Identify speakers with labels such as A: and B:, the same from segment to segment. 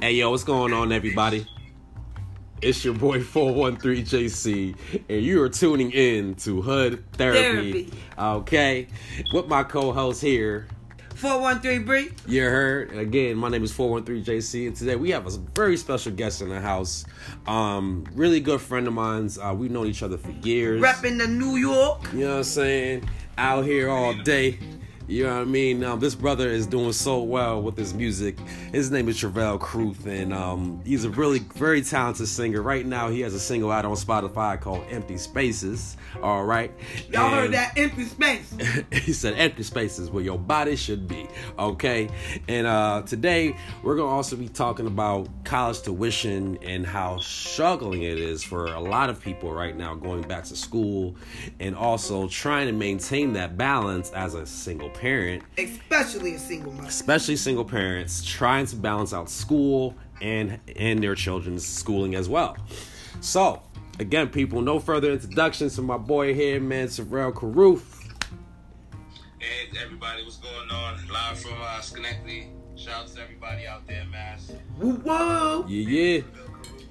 A: Hey yo, what's going on, everybody? It's your boy 413JC, and you are tuning in to HUD Therapy.
B: Therapy.
A: Okay, with my co host here,
B: 413 Bree.
A: you heard. Again, my name is 413JC, and today we have a very special guest in the house. Um, really good friend of mine's. Uh, we've known each other for years.
B: Repping the New York.
A: You know what I'm saying? Out here all day. You know what I mean? Um, this brother is doing so well with his music. His name is Travell Kruth, and um, he's a really very talented singer. Right now, he has a single out on Spotify called "Empty Spaces." All right,
B: Y'all heard
A: And-
B: that empty space.
A: he said empty spaces where your body should be okay and uh today we're gonna also be talking about college tuition and how struggling it is for a lot of people right now going back to school and also trying to maintain that balance as a single parent
B: Especially a single mother.
A: especially single parents trying to balance out school and and their children's schooling as well. So, again, people, no further introductions to my boy here, man, Sorrell Karoof.
C: Hey everybody, what's going on? Live from uh, Schenectady. Shout out to everybody out there, Mass.
B: Woo woo.
A: Yeah, yeah.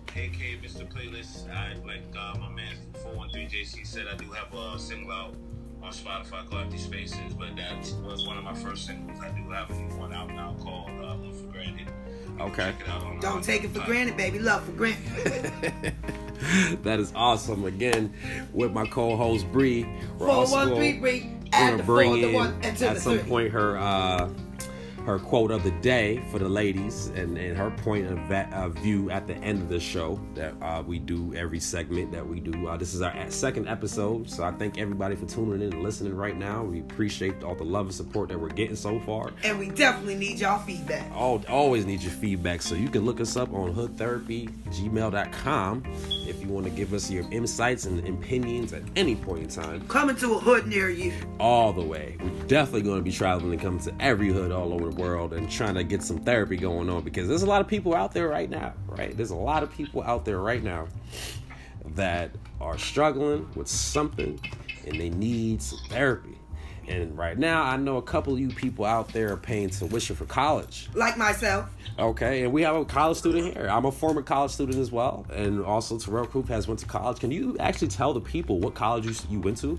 C: AK Mr. Playlist. I like uh, my man 413JC said I do have a single out on Spotify called Empty Spaces, but that was one of my first singles. I do have one out now called uh, Love for Granted. You can
A: Okay.
C: check it out on uh,
B: Don't
C: my-
B: take it for granted, baby. Love for granted.
A: that is awesome. Again, with my co-host Bree, we're also gonna,
B: 413 Bree. Add
A: gonna
B: the four,
A: bring
B: the
A: in
B: one, and to
A: at
B: the
A: some
B: three.
A: point her uh, her quote of the day for the ladies and, and her point of that, uh, view at the end of the show that uh, we do every segment that we do. Uh, this is our second episode, so I thank everybody for tuning in and listening right now. We appreciate all the love and support that we're getting so far.
B: And we definitely need y'all feedback.
A: Al always need your feedback so you can look us up on hoodtherapygmail.com if you want to give us your insights and opinions at any point in time
B: Coming to a hood near you.
A: all the way we're definitely going to be traveling and coming to every hood all over the world and trying to get some therapy going on because there's a lot of people out there right now right there's a lot of people out there right now that are struggling with something and they need some therapy and right now i know a couple of you people out there are paying tuition for college
B: Like myself.
A: Okay, and we have a college student here. I'm a former college student as well, and also Terrell Coop has went to college. Can you actually tell the people what college you, you went to?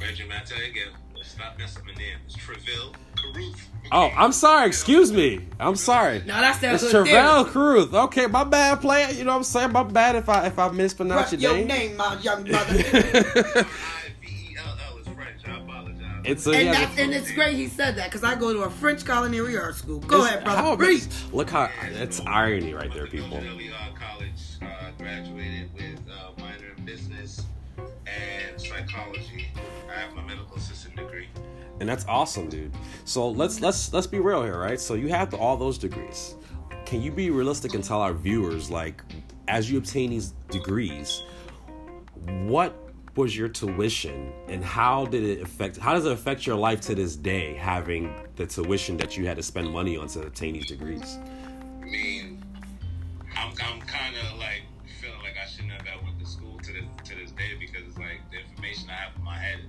C: Benjamin, I tell you again, stop messing up my name. It's Treville Carruth.
A: Oh, I'm sorry. Excuse me. I'm sorry.
B: No, that's that
A: It's
B: hood
A: Terrell
B: therapy.
A: Cruz. Okay, my bad, player. You know what I'm saying? My bad if I if I mispronounce
B: Rep
A: your,
B: your
A: name.
B: name, my young mother.
C: I V E L L is French. I apologize.
A: It's a,
B: and,
A: yeah,
B: that's, and it's great he said that because I go to a French culinary art school. Go
A: it's-
B: ahead, brother.
A: how-
B: Bree.
A: Look how that's irony right there, people.
C: Originally, uh, college uh, graduated with uh, minor in business and psychology. I have my medical assistant degree.
A: and that's awesome, dude. So let's let's let's be real here, right? So you have all those degrees. Can you be realistic and tell our viewers, like, as you obtain these degrees, what was your tuition and how did it affect? How does it affect your life to this day, having the tuition that you had to spend money on to obtain these degrees?
C: I mean, I'm, I'm kind of like feeling like I shouldn't have got went to school to this to this day because it's like the information I have in my head.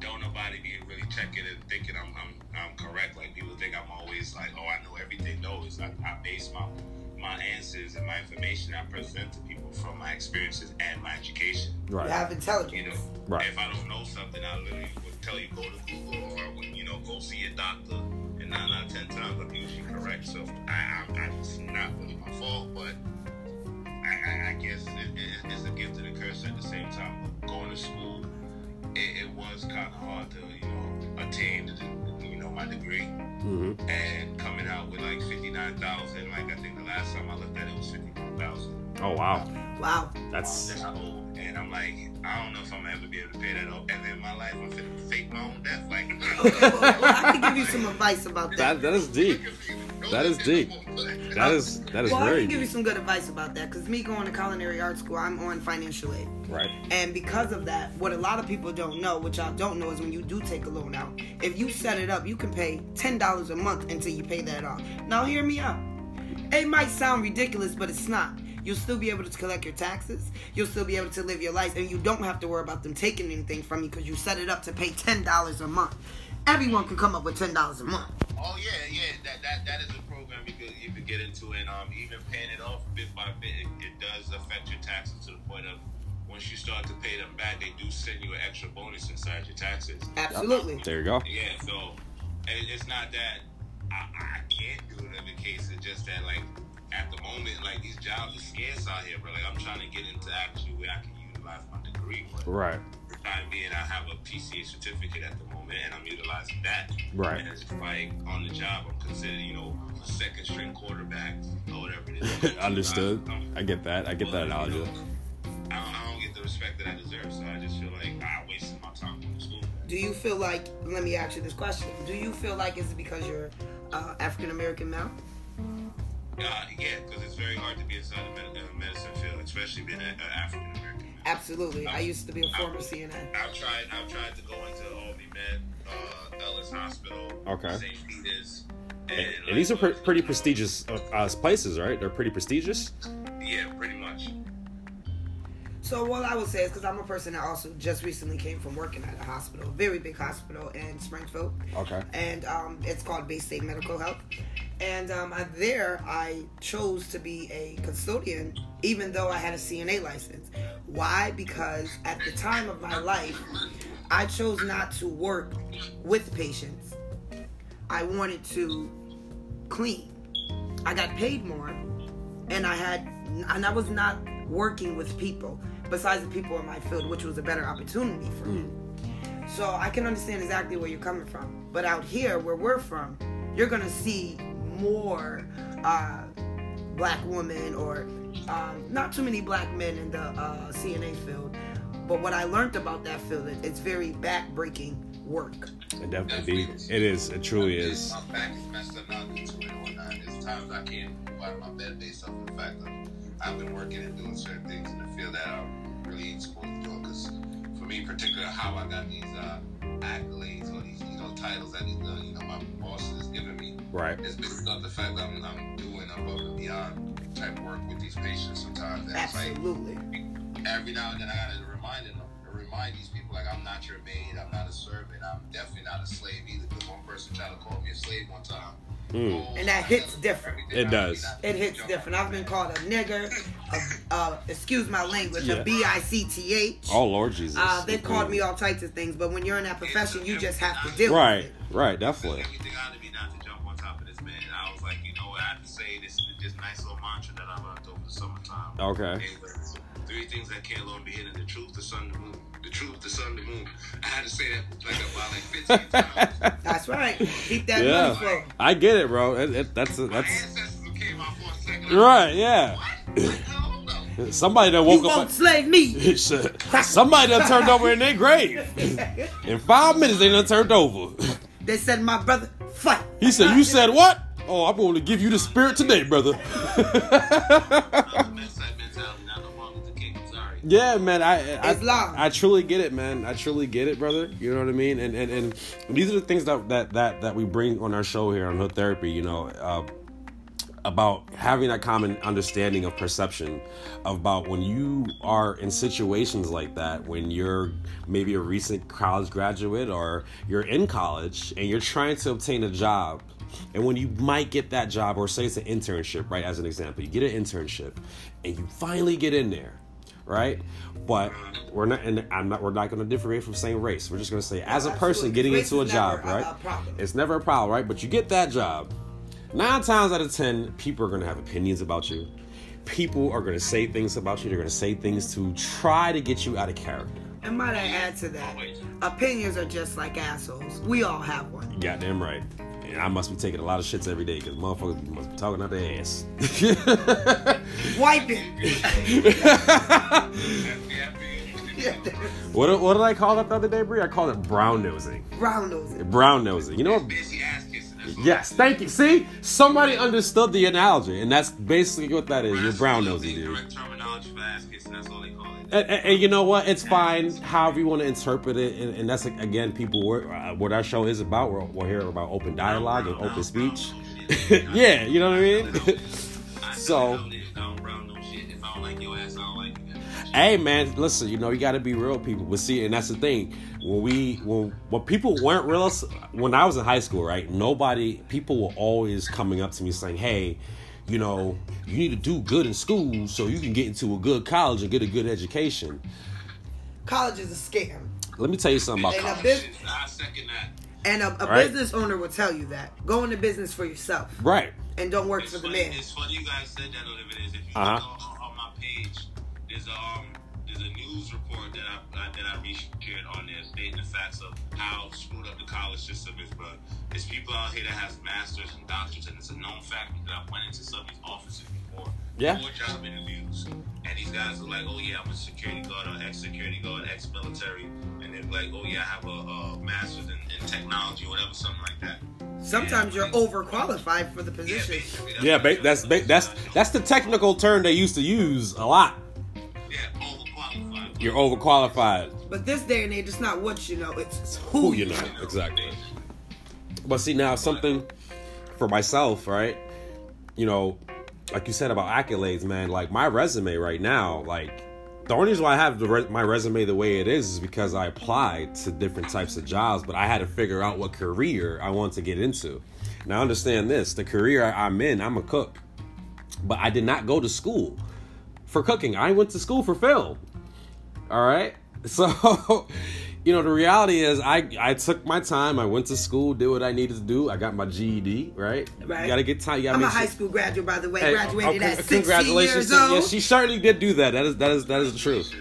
C: Don't nobody be really checking and thinking I'm, I'm I'm correct. Like people think I'm always like, oh, I know everything. No, it's like I base my my answers and my information I present to people from my experiences and my education.
B: You
A: Right.
B: have
C: You know,
B: intelligence.
A: Right.
C: if I don't know something, I literally would tell you go to Google or you know go see a doctor. And nine out of ten times I'm usually correct. So I, I, I it's not really my fault, but I, I, I guess it, it, it's a gift and a curse at the same time. But going to school, it, it was kind of hard to you know attain the, you know my degree
A: hmm
C: and coming out with like fifty nine thousand. Like I think the last time I looked at it was fifty one thousand
A: Oh wow,
B: Wow.
A: that's
C: that I owe, Um, and I'm like, I don't know if I'm gonna ever be able to pay that off. And then my life, I'm gonna fake my own death. Like,
B: Okay, well, well, I can give you some advice about that.
A: that that is deep. That is deep. That is that is
B: well, I
A: very
B: can give you
A: deep.
B: some good advice about that because me going to culinary art school, I'm on financial aid.
A: Right.
B: And because of that, what a lot of people don't know, which I don't know, is when you do take a loan out, if you set it up, you can pay $10 a month until you pay that off. Now, hear me out. It might sound ridiculous, but it's not. You'll still be able to collect your taxes. You'll still be able to live your life, and you don't have to worry about them taking anything from you because you set it up to pay $10 a month. Everyone can come up with $10 a month.
C: Oh yeah, yeah. That that that is a program you could you could get into, and um, even paying it off bit by bit, it, it does affect your taxes to the point of once you start to pay them back, they do send you an extra bonus inside your taxes.
B: Absolutely.
A: There you go.
C: Yeah. So, and it, it's not that I, I can't do it in the case. It's just that like at the moment, like these jobs are scarce out here, bro. Like I'm trying to get into actually where I can utilize my degree. But
A: Right.
C: for the time being, I have a PCA certificate at the moment, and I'm utilizing that.
A: Right.
C: And it's like on the job, I'm considered, you know, a second string quarterback or whatever it is.
A: Understood.
C: I'm-
A: I get that. I get that
C: but, you
A: analogy.
C: know, I don't, I don't get the respect that I deserve, so I just feel like I wasted my time going to school.
B: Do you feel like? Let me ask you this question. Do you feel like it's because you're uh, African American male?
C: Uh, yeah, because it's very hard to be inside the med- uh, medicine field, especially being an African American.
B: Absolutely. I used to be a former CNN.
C: I've tried. I've tried to go into Albany Med, uh, Ellis Hospital,
A: Okay.
C: St. Peter's, and,
A: And,
C: like,
A: and these are pre- pretty prestigious uh, uh, places, right? They're pretty prestigious.
C: Yeah, pretty much.
B: So what I would say is because I'm a person that also just recently came from working at a hospital, very big hospital in Springfield.
A: Okay.
B: And um, it's called Bay State Medical Health. And um, I, there, I chose to be a custodian, even though I had a CNA license. Why? Because at the time of my life, I chose not to work with patients. I wanted to clean. I got paid more, and I had and I was not working with people besides the people in my field, which was a better opportunity for me. So I can understand exactly where you're coming from. But out here, where we're from, you're gonna see more uh, black women or um, not too many black men in the uh, CNA field. But what I learned about that field is it's very backbreaking work.
A: It definitely It is. It truly is.
C: My back is messed up now due to it or not. There's times I can't move out of my bed based off the fact that I've been working and doing certain things in the field that I really ain't supposed to do. Because for me, in particular, how I got these uh, accolades or these you know titles that uh, you know my bosses has given me
A: Right.
C: it's based off the fact that I'm, I'm doing above and beyond uh, type work with these patients sometimes. And it's like
B: Absolutely.
C: every now and then I gotta remind them, remind these people like I'm not your maid, I'm not a servant, I'm definitely not a slave either. Because one person tried to call me a slave one time,
A: Mm.
C: Oh,
B: Hmm. And that
C: I
B: hits
C: gotta-
B: different.
A: It does.
B: It hits different. I've been called a nigger, a, uh, excuse my language,
A: Yeah.
B: a B I C T H.
A: Oh Lord Jesus.
B: Uh, they've called me all types of things, but when you're in that profession, you just have to deal
A: Right.
B: with
A: Right.
C: Took
A: Definitely.
C: everything out of me not to jump on top of this man. And I was like, you know what? I have to say this is this nice little mantra that I learned over the summertime.
A: Okay.
C: It was Three things that can't long be hidden: the truth, the sun, the moon. The truth, the sun, the moon. I had to say that like about like 15 times.
B: it. That's right. Keep that money
A: Yeah.
B: flowing.
A: I get it, bro. It, it, that's
C: My
A: that's
C: ancestors came out for a second. I was
A: right.
C: like,
A: Yeah.
C: What? What the hell? No.
A: Somebody that
B: You
A: woke up.
B: won't slave me.
A: Shit. Somebody done turned over in their grave. In five minutes, they done turned over.
B: They said, my brother, fight.
A: He said, "You said what? Oh, I'm going to give you the spirit today, brother."
C: I'm a bedside mentality, not no Martin Luther King. I'm sorry.
A: Yeah, man, I I,
B: Islam.
A: I truly get it, man. I truly get it, brother. You know what I mean? And and, and these are the things that, that that that we bring on our show here on Hood Therapy. You know, uh, about having that common understanding of perception about when you are in situations like that when you're maybe a recent college graduate or you're in college and you're trying to obtain a job and when you might get that job or say it's an internship right as an example you get an internship and you finally get in there right but we're not and i'm not we're not going to differentiate from saying race we're just going to say as a person
B: absolutely.
A: getting
B: Race
A: into a
B: is
A: job
B: never a-
A: right
B: a problem.
A: it's never a problem, right? But you get that job. Nine times out of ten, people are gonna have opinions about you. People are gonna say things about you. They're gonna say things to try to get you out of character.
B: And might I add to that, opinions are just like assholes. We all have one.
A: You goddamn right. And I must be taking a lot of shits every day because motherfuckers must be talking out their ass.
B: Wipe it.
A: what, did- what did I call that the other day, Bree? I called it brown nosing.
B: Brown nose it.
A: Brown nosing. You know what?
C: Busy ass kissing. that's all.
A: Yes, thank you. See, somebody understood the analogy, and that's basically what that is. You're
C: That's
A: brown
C: the
A: nosing, dude.
C: Correct terminology for ass kissing. That's all they call it.
A: and, and- and you know what? It's fine. However you want to interpret it, and, and that's again, people. We're, uh, what our show is about, we're, we're here about open dialogue and open speech. yeah, you know what I mean.
C: I
A: So-
C: know this, I don't brown no shit. If I don't like your ass, I don't like you.
A: Hey man, listen, you know you got to be real people. But see, and that's the thing. When we when when people weren't real, when I was in high school, right? Nobody, people were always coming up to me saying, "Hey, you know, you need to do good in school so you can get into a good college and get a good education."
B: College is a scam.
A: Let me tell you something about
B: And a
A: college.
B: bus-
C: I second that.
B: and a, a
A: Right.
B: business owner will tell you that. Go into business for yourself
A: Right.
B: and don't work
C: It's
B: for the
C: funny,
B: man.
C: it's funny you guys said that on the videos. If you
A: Uh-huh.
C: look on, on my page, there's um there's a news report that I, I that I reshared on there stating the facts of how screwed up the college system is, bro. There's people out here that has masters and doctors, and it's a known fact because I went into some of these offices before.
A: Yeah.
C: Four job interviews, and these guys are like, "Oh yeah, I'm a security guard or ex-security guard, ex-military," and they're like, "Oh yeah, I have a, a master's in, in technology, or whatever, something like that."
B: Sometimes you're overqualified for the
C: Yeah,
B: position.
C: basically,
A: Yeah, ba- that's ba- that's that's the technical term they used to use a lot.
C: Yeah, overqualified.
A: You're overqualified.
B: But this day and age, it's not what you know, it's
A: Who you know exactly. But see now something for myself, right? You know, like you said about accolades, man. Like my resume right now, like the only reason why I have the re- my resume the way it is is because I applied to different types of jobs, but I had to figure out what career I want to get into. Now understand this: the career I'm in, I'm a cook, but I did not go to school for cooking. I went to school for film. All right. So, you know, the reality is I I took my time. I went to school, did what I needed to do. I got my GED, right?
B: Right.
A: You got to get time. You gotta
B: I'm a
A: make sure-
B: high school graduate, by the way.
A: Hey,
B: Graduated
A: oh,
B: at
A: con-
B: 16 years
A: to- Yeah,
B: old.
A: she certainly did do that. That is that is that is the truth.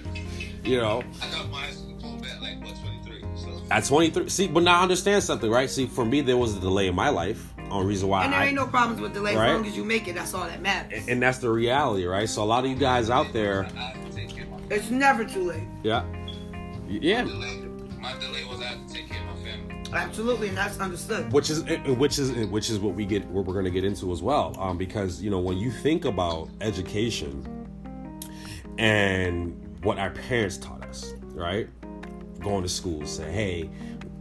A: You know,
C: I got my high school diploma at like 123. So
A: at 23. See, but now I understand something, right? See, for me there was a delay in my life. On reason why
B: and there
A: I
B: ain't no problems with delay
A: Right.
B: as long as you make it. That's all that matters.
A: and that's the reality, right? So a lot of you guys out there,
C: I had to take care of my
B: It's never too late.
A: yeah, yeah,
C: delay. My delay was I had to take care of my family.
B: Absolutely, and that's understood.
A: which is which is which is what we get what we're going to get into as well um, because you know when you think about education and what our parents taught us right going to school say hey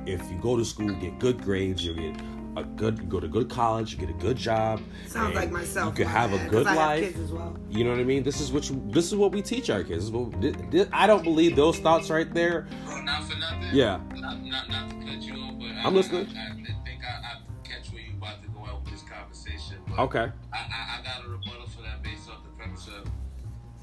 A: if you go to school get good grades you'll get a good you go to good college you get a good job
B: Sounds
A: and
B: like
A: you
B: myself.
A: can
B: my
A: have
B: bad,
A: a good
B: 'cause I have
A: life
B: kids as well.
A: you know what i mean this is what you, this is what we teach our kids This is what- thi- thi- i don't believe those thoughts right there
C: Bro, not for nothing.
A: Yeah.
C: Not, not, not to cut you off, but I,
A: I'm listening.
C: I, I think I, I catch where you about to go out with this conversation. But
A: okay
C: I, I, I got a rebuttal for that based off the premise of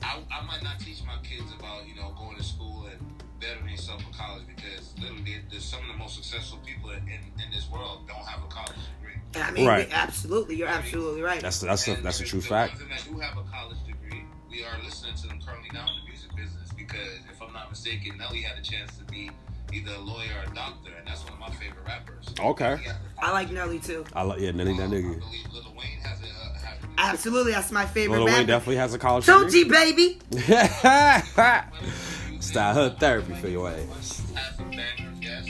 C: I, I might not teach my kids about you know going to school and bettering yourself for college because literally there's some of the most successful people in, in, in this world don't have a college degree.
B: And I mean,
A: Right.
B: we- absolutely, you're absolutely right.
A: that's that's a,
C: And
A: that's a
C: the-
A: true
C: the
A: fact
C: ones that do have a college degree, we are listening to them currently now in the music business because if I'm not mistaken, Nelly had a chance to be either a lawyer or a doctor, and that's one of my favorite rappers.
A: okay
C: He has a
B: I like Nelly too.
A: i like yeah none of that
C: college degree.
A: nigga
C: I believe Lil Wayne has a. Uh, has a
B: Absolutely, that's my favorite
A: Lil Wayne
B: rapper.
A: definitely has a college
B: Don't
A: degree.
B: you, baby?
A: Style her therapy for your ass.
C: Has some bangers, yes,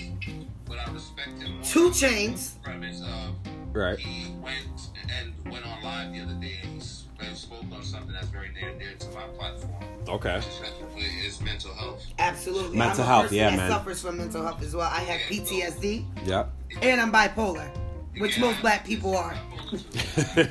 C: but I respect him. more
B: Two Chains.
C: on the Premise of
A: right.
C: He went and went on live the other day and he s- and spoke on something that's very near and dear to my platform,
A: Okay.
C: which is basically is mental health.
B: Absolutely.
A: Mental
B: I'm a
A: health,
B: person
A: yeah,
B: that
A: man.
B: suffers from mental health as well. I have PTSD
A: Yep.
B: and I'm bipolar, which
C: Yeah.
B: most black people are.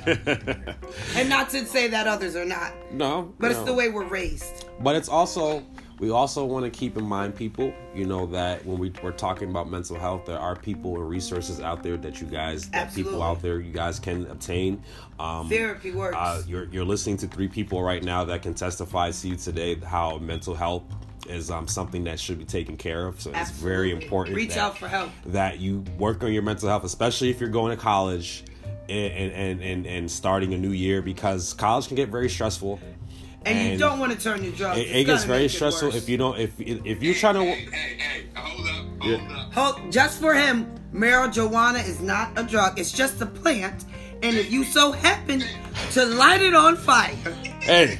B: And not to say that others are not,
A: no.
B: but
A: no.
B: it's the way we're raised.
A: But it's also we also want to keep in mind, people. You know that when we we're talking about mental health, there are people and resources out there that you guys, that people
B: Absolutely.
A: out there, you guys can obtain. Um,
B: Therapy works.
A: Uh, you're, you're listening to three people right now that can testify to you today how mental health is um, something that should be taken care of. So it's very
B: Absolutely.
A: important.
B: Reach
A: that-
B: out for help.
A: That you work on your mental health, especially if you're going to college and and, and, and, and starting a new year because college can get very stressful.
B: And, you don't want to turn your drugs.
A: It,
B: It's
A: it gets
B: gonna
A: very
B: make it
A: stressful
B: worse.
A: if you don't. If if you're trying
C: Hey,
A: to.
C: hey, hey, hold up, hold
A: Yeah.
C: up.
B: Hold, just for him, marijuana is not a drug. It's just a plant. And if you so happen to light it on fire,
A: Hey,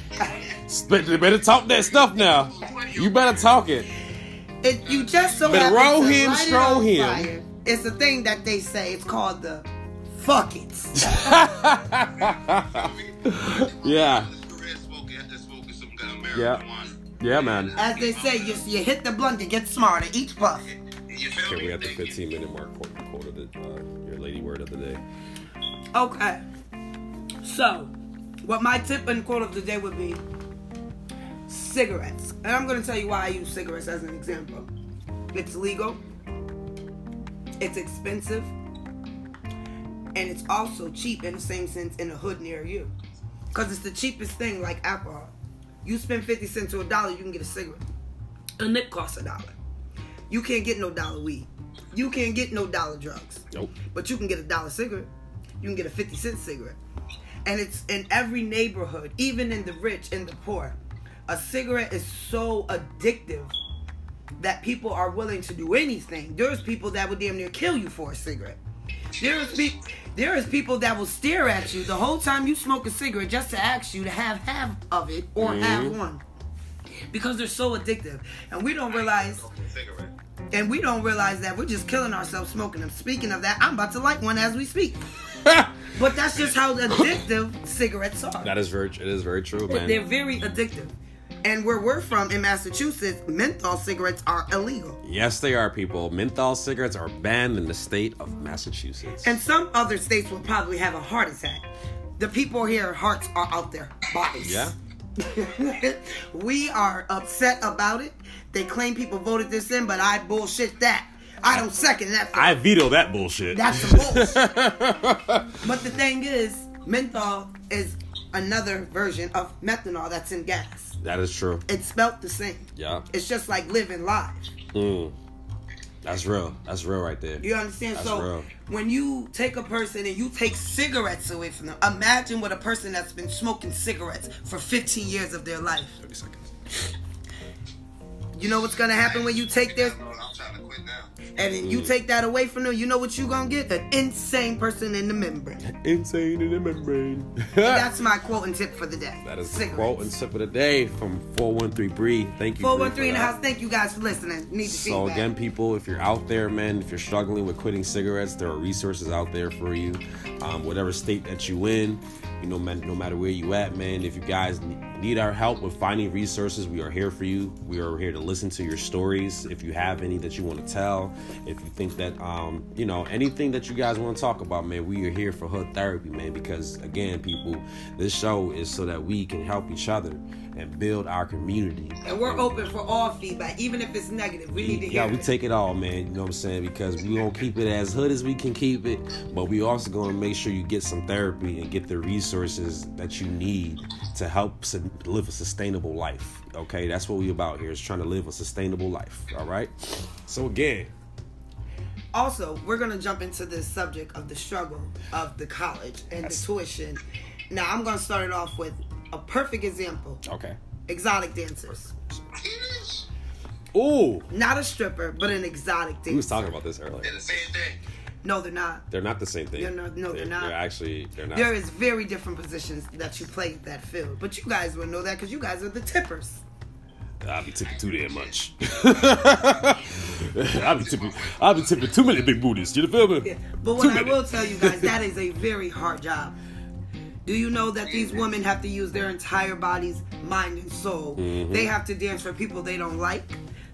A: spit- you better talk that stuff now. You better talk it.
B: if you just so
A: But
B: happen
A: roll
B: to
A: him,
B: light it
A: stroll
B: on
A: him.
B: fire, it's a thing that they say. It's called the fuck it.
A: Yeah. Yeah.
C: Yeah.
A: Yeah, man.
B: As they say, you, you hit the blunt, you get smarter. Each puff.
C: You feel
A: Okay,
C: me?
A: we got the
C: Thank you.
A: 15 minute mark quote, quote of the, uh, your lady word of the day.
B: Okay. So, what my tip and quote of the day would be cigarettes. And I'm going to tell you why I use cigarettes as an example. It's legal, it's expensive, and it's also cheap in the same sense in a hood near you. Because it's the cheapest thing like alcohol. You spend 50 cents to a dollar, you can get a cigarette. A nip costs a dollar. You can't get no dollar weed. You can't get no dollar drugs.
A: Nope.
B: But you can get a dollar cigarette. You can get a 50 cent cigarette. And it's in every neighborhood, even in the rich and the poor. A cigarette is so addictive that people are willing to do anything. There's people that would damn near kill you for a cigarette. There's people there is people that will stare at you the whole time you smoke a cigarette just to ask you to have half of it or have one. Because they're so addictive. And we don't realize
C: Cigarette.
B: and we don't realize that we're just killing ourselves smoking them. Speaking of that, I'm about to light one as we speak. But that's just how addictive cigarettes are.
A: that is very, it is very true, man.
B: They're very addictive. And where we're from in Massachusetts, menthol cigarettes are illegal.
A: Yes, they are, people. Menthol cigarettes are banned in the state of Massachusetts.
B: And some other states will probably have a heart attack. The people here, hearts are out their bodies.
A: yeah,
B: we are upset about it. They claim people voted this in, but I bullshit that. I don't second that.
A: I veto that bullshit.
B: That's the bullshit. but the thing is, menthol is another version of methanol that's in gas.
A: that is true.
B: It's spelt the same.
A: Yeah,
B: It's just like living live.
A: Mm. that's real. That's real right there.
B: You understand?
A: That's
B: so
A: real.
B: when you take a person and you take cigarettes away from them, imagine what a person that's been smoking cigarettes for 15 years of their life.
A: Thirty seconds.
B: You know what's gonna happen when you take their
C: I'm trying to quit now.
B: and then
A: Mm.
B: you take that away from them. You know what you gonna get? An insane person in the membrane.
A: Insane in the membrane.
B: That's my quote and tip for the day.
A: that is the
B: Cigarettes.
A: quote and sip of the day from 413 Bree. Thank you. Bree, for
B: 413 in the
A: that.
B: house. Thank you guys for listening. Need to
A: So
B: feedback.
A: again, people, if you're out there, man, if you're struggling with quitting cigarettes, there are resources out there for you. Um, whatever state that you in, you know, man, no matter where you at, man. If you guys n- need our help with finding resources, we are here for you. We are here to listen to your stories. If you have any that you want to tell, if you think that, um, you know, anything that you guys want to talk about, man, we are here for hood therapy, man. Because again, people, this show is so that we can help each other and build our community.
B: and we're open for all feedback, even if it's negative. We need to
A: Yeah,
B: hear
A: we
B: it.
A: take it all, man. You know what I'm saying? Because we gonna keep it as hood as we can keep it, but we also gonna make sure you get some therapy and get the resources that you need to help su- live a sustainable life. Okay, that's what we about here is trying to live a sustainable life. All right. So again,
B: also, we're gonna jump into the subject of the struggle of the college and
A: Yes.
B: the tuition. Now, I'm gonna start it off with a perfect example:
A: okay.
B: exotic dancers.
A: Ooh,
B: Not a stripper, but an exotic
A: we was
B: dancer.
A: talking about this earlier.
C: They're the same thing.
B: No, they're not.
A: They're not the same thing.
B: They're not- no, they're not.
A: They're actually they're not.
B: There is very different positions that you play in that field, but you guys will know that because you guys are the tippers.
A: I'll be tipping too damn much. I'll be tipping. I'll be tipping too many big booties. You feel me?
B: Yeah. But
A: Too
B: what I
A: many.
B: will tell you guys, that is a very hard job. Do you know that these women have to use their entire bodies, mind, and soul? They have to dance for people they don't like.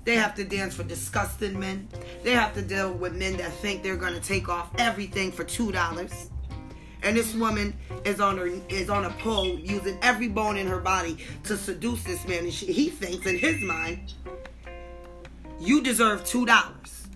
B: They have to dance for disgusting men. They have to deal with men that think they're gonna take off everything for two dollars. And this woman is on her is on a pole using every bone in her body to seduce this man. And she, he thinks in his mind, you deserve two dollars.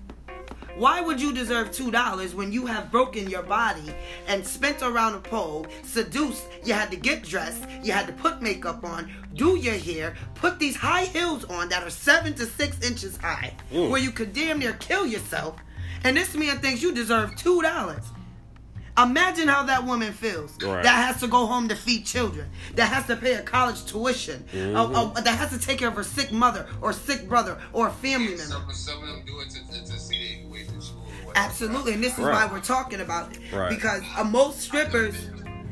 B: Why would you deserve two dollars when you have broken your body and spent around a pole, seduced? You had to get dressed, you had to put makeup on, do your hair, put these high heels on that are seven to six inches high,
A: Mm.
B: where you could damn near kill yourself. And this man thinks you deserve two dollars. Imagine how that woman feels.
A: Right.
B: That has to go home to feed children. That has to pay a college tuition.
A: Mm-hmm.
B: Uh, uh, that has to take care of her sick mother or sick brother or a family member.
C: Some, some of them do it to, to see they way through school. or whatever.
B: Absolutely, and this is
A: Right.
B: why we're talking about it.
A: Right.
B: Because uh, most strippers,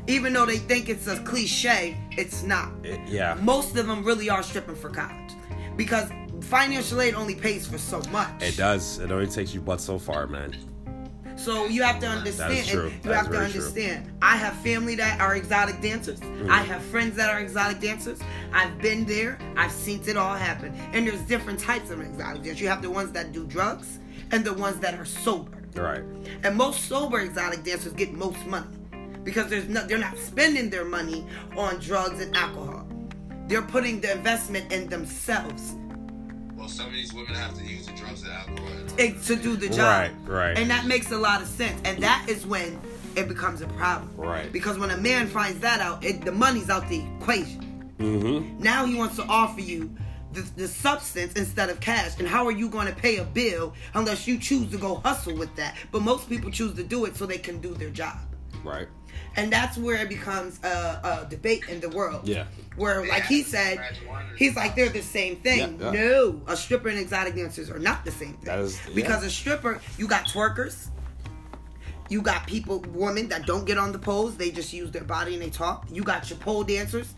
B: even though they think it's a cliche, it's not.
A: It- yeah.
B: Most of them really are stripping for college because financial aid only pays for so much.
A: It does. It only takes you but so far, man.
B: So you have to understand.
A: true.
B: You
A: That is
B: have to
A: very true. Mm.
B: understand. I have family that are exotic dancers. I have friends that are exotic dancers. I've been there. I've seen it all happen. And there's different types of exotic dancers. You have the ones that do drugs and the ones that are sober.
A: Right.
B: And most sober exotic dancers get most money because there's no, they're not spending their money on drugs and alcohol. They're putting the investment in themselves
C: Well, some of these women have to use the drugs and alcohol. in order
B: it- to do the job.
A: Right, right.
B: And that makes a lot of sense. And that is when it becomes a problem.
A: Right.
B: Because when a man finds that out, it, the money's out the equation. Mm-hmm. Now he wants to offer you the, the substance instead of cash. And how are you going to pay a bill unless you choose to go hustle with that? But most people choose to do it so they can do their job
A: Right.
B: and that's where it becomes a, a debate in the world.
A: Yeah.
B: Where, like he said, he's like they're the same thing.
A: Yeah, yeah.
B: No, a stripper and exotic dancers are not the same thing.
A: That is-
B: because
A: yeah.
B: a stripper, you got twerkers, you got people, women that don't get on the poles. They just use their body and they talk. You got your pole dancers.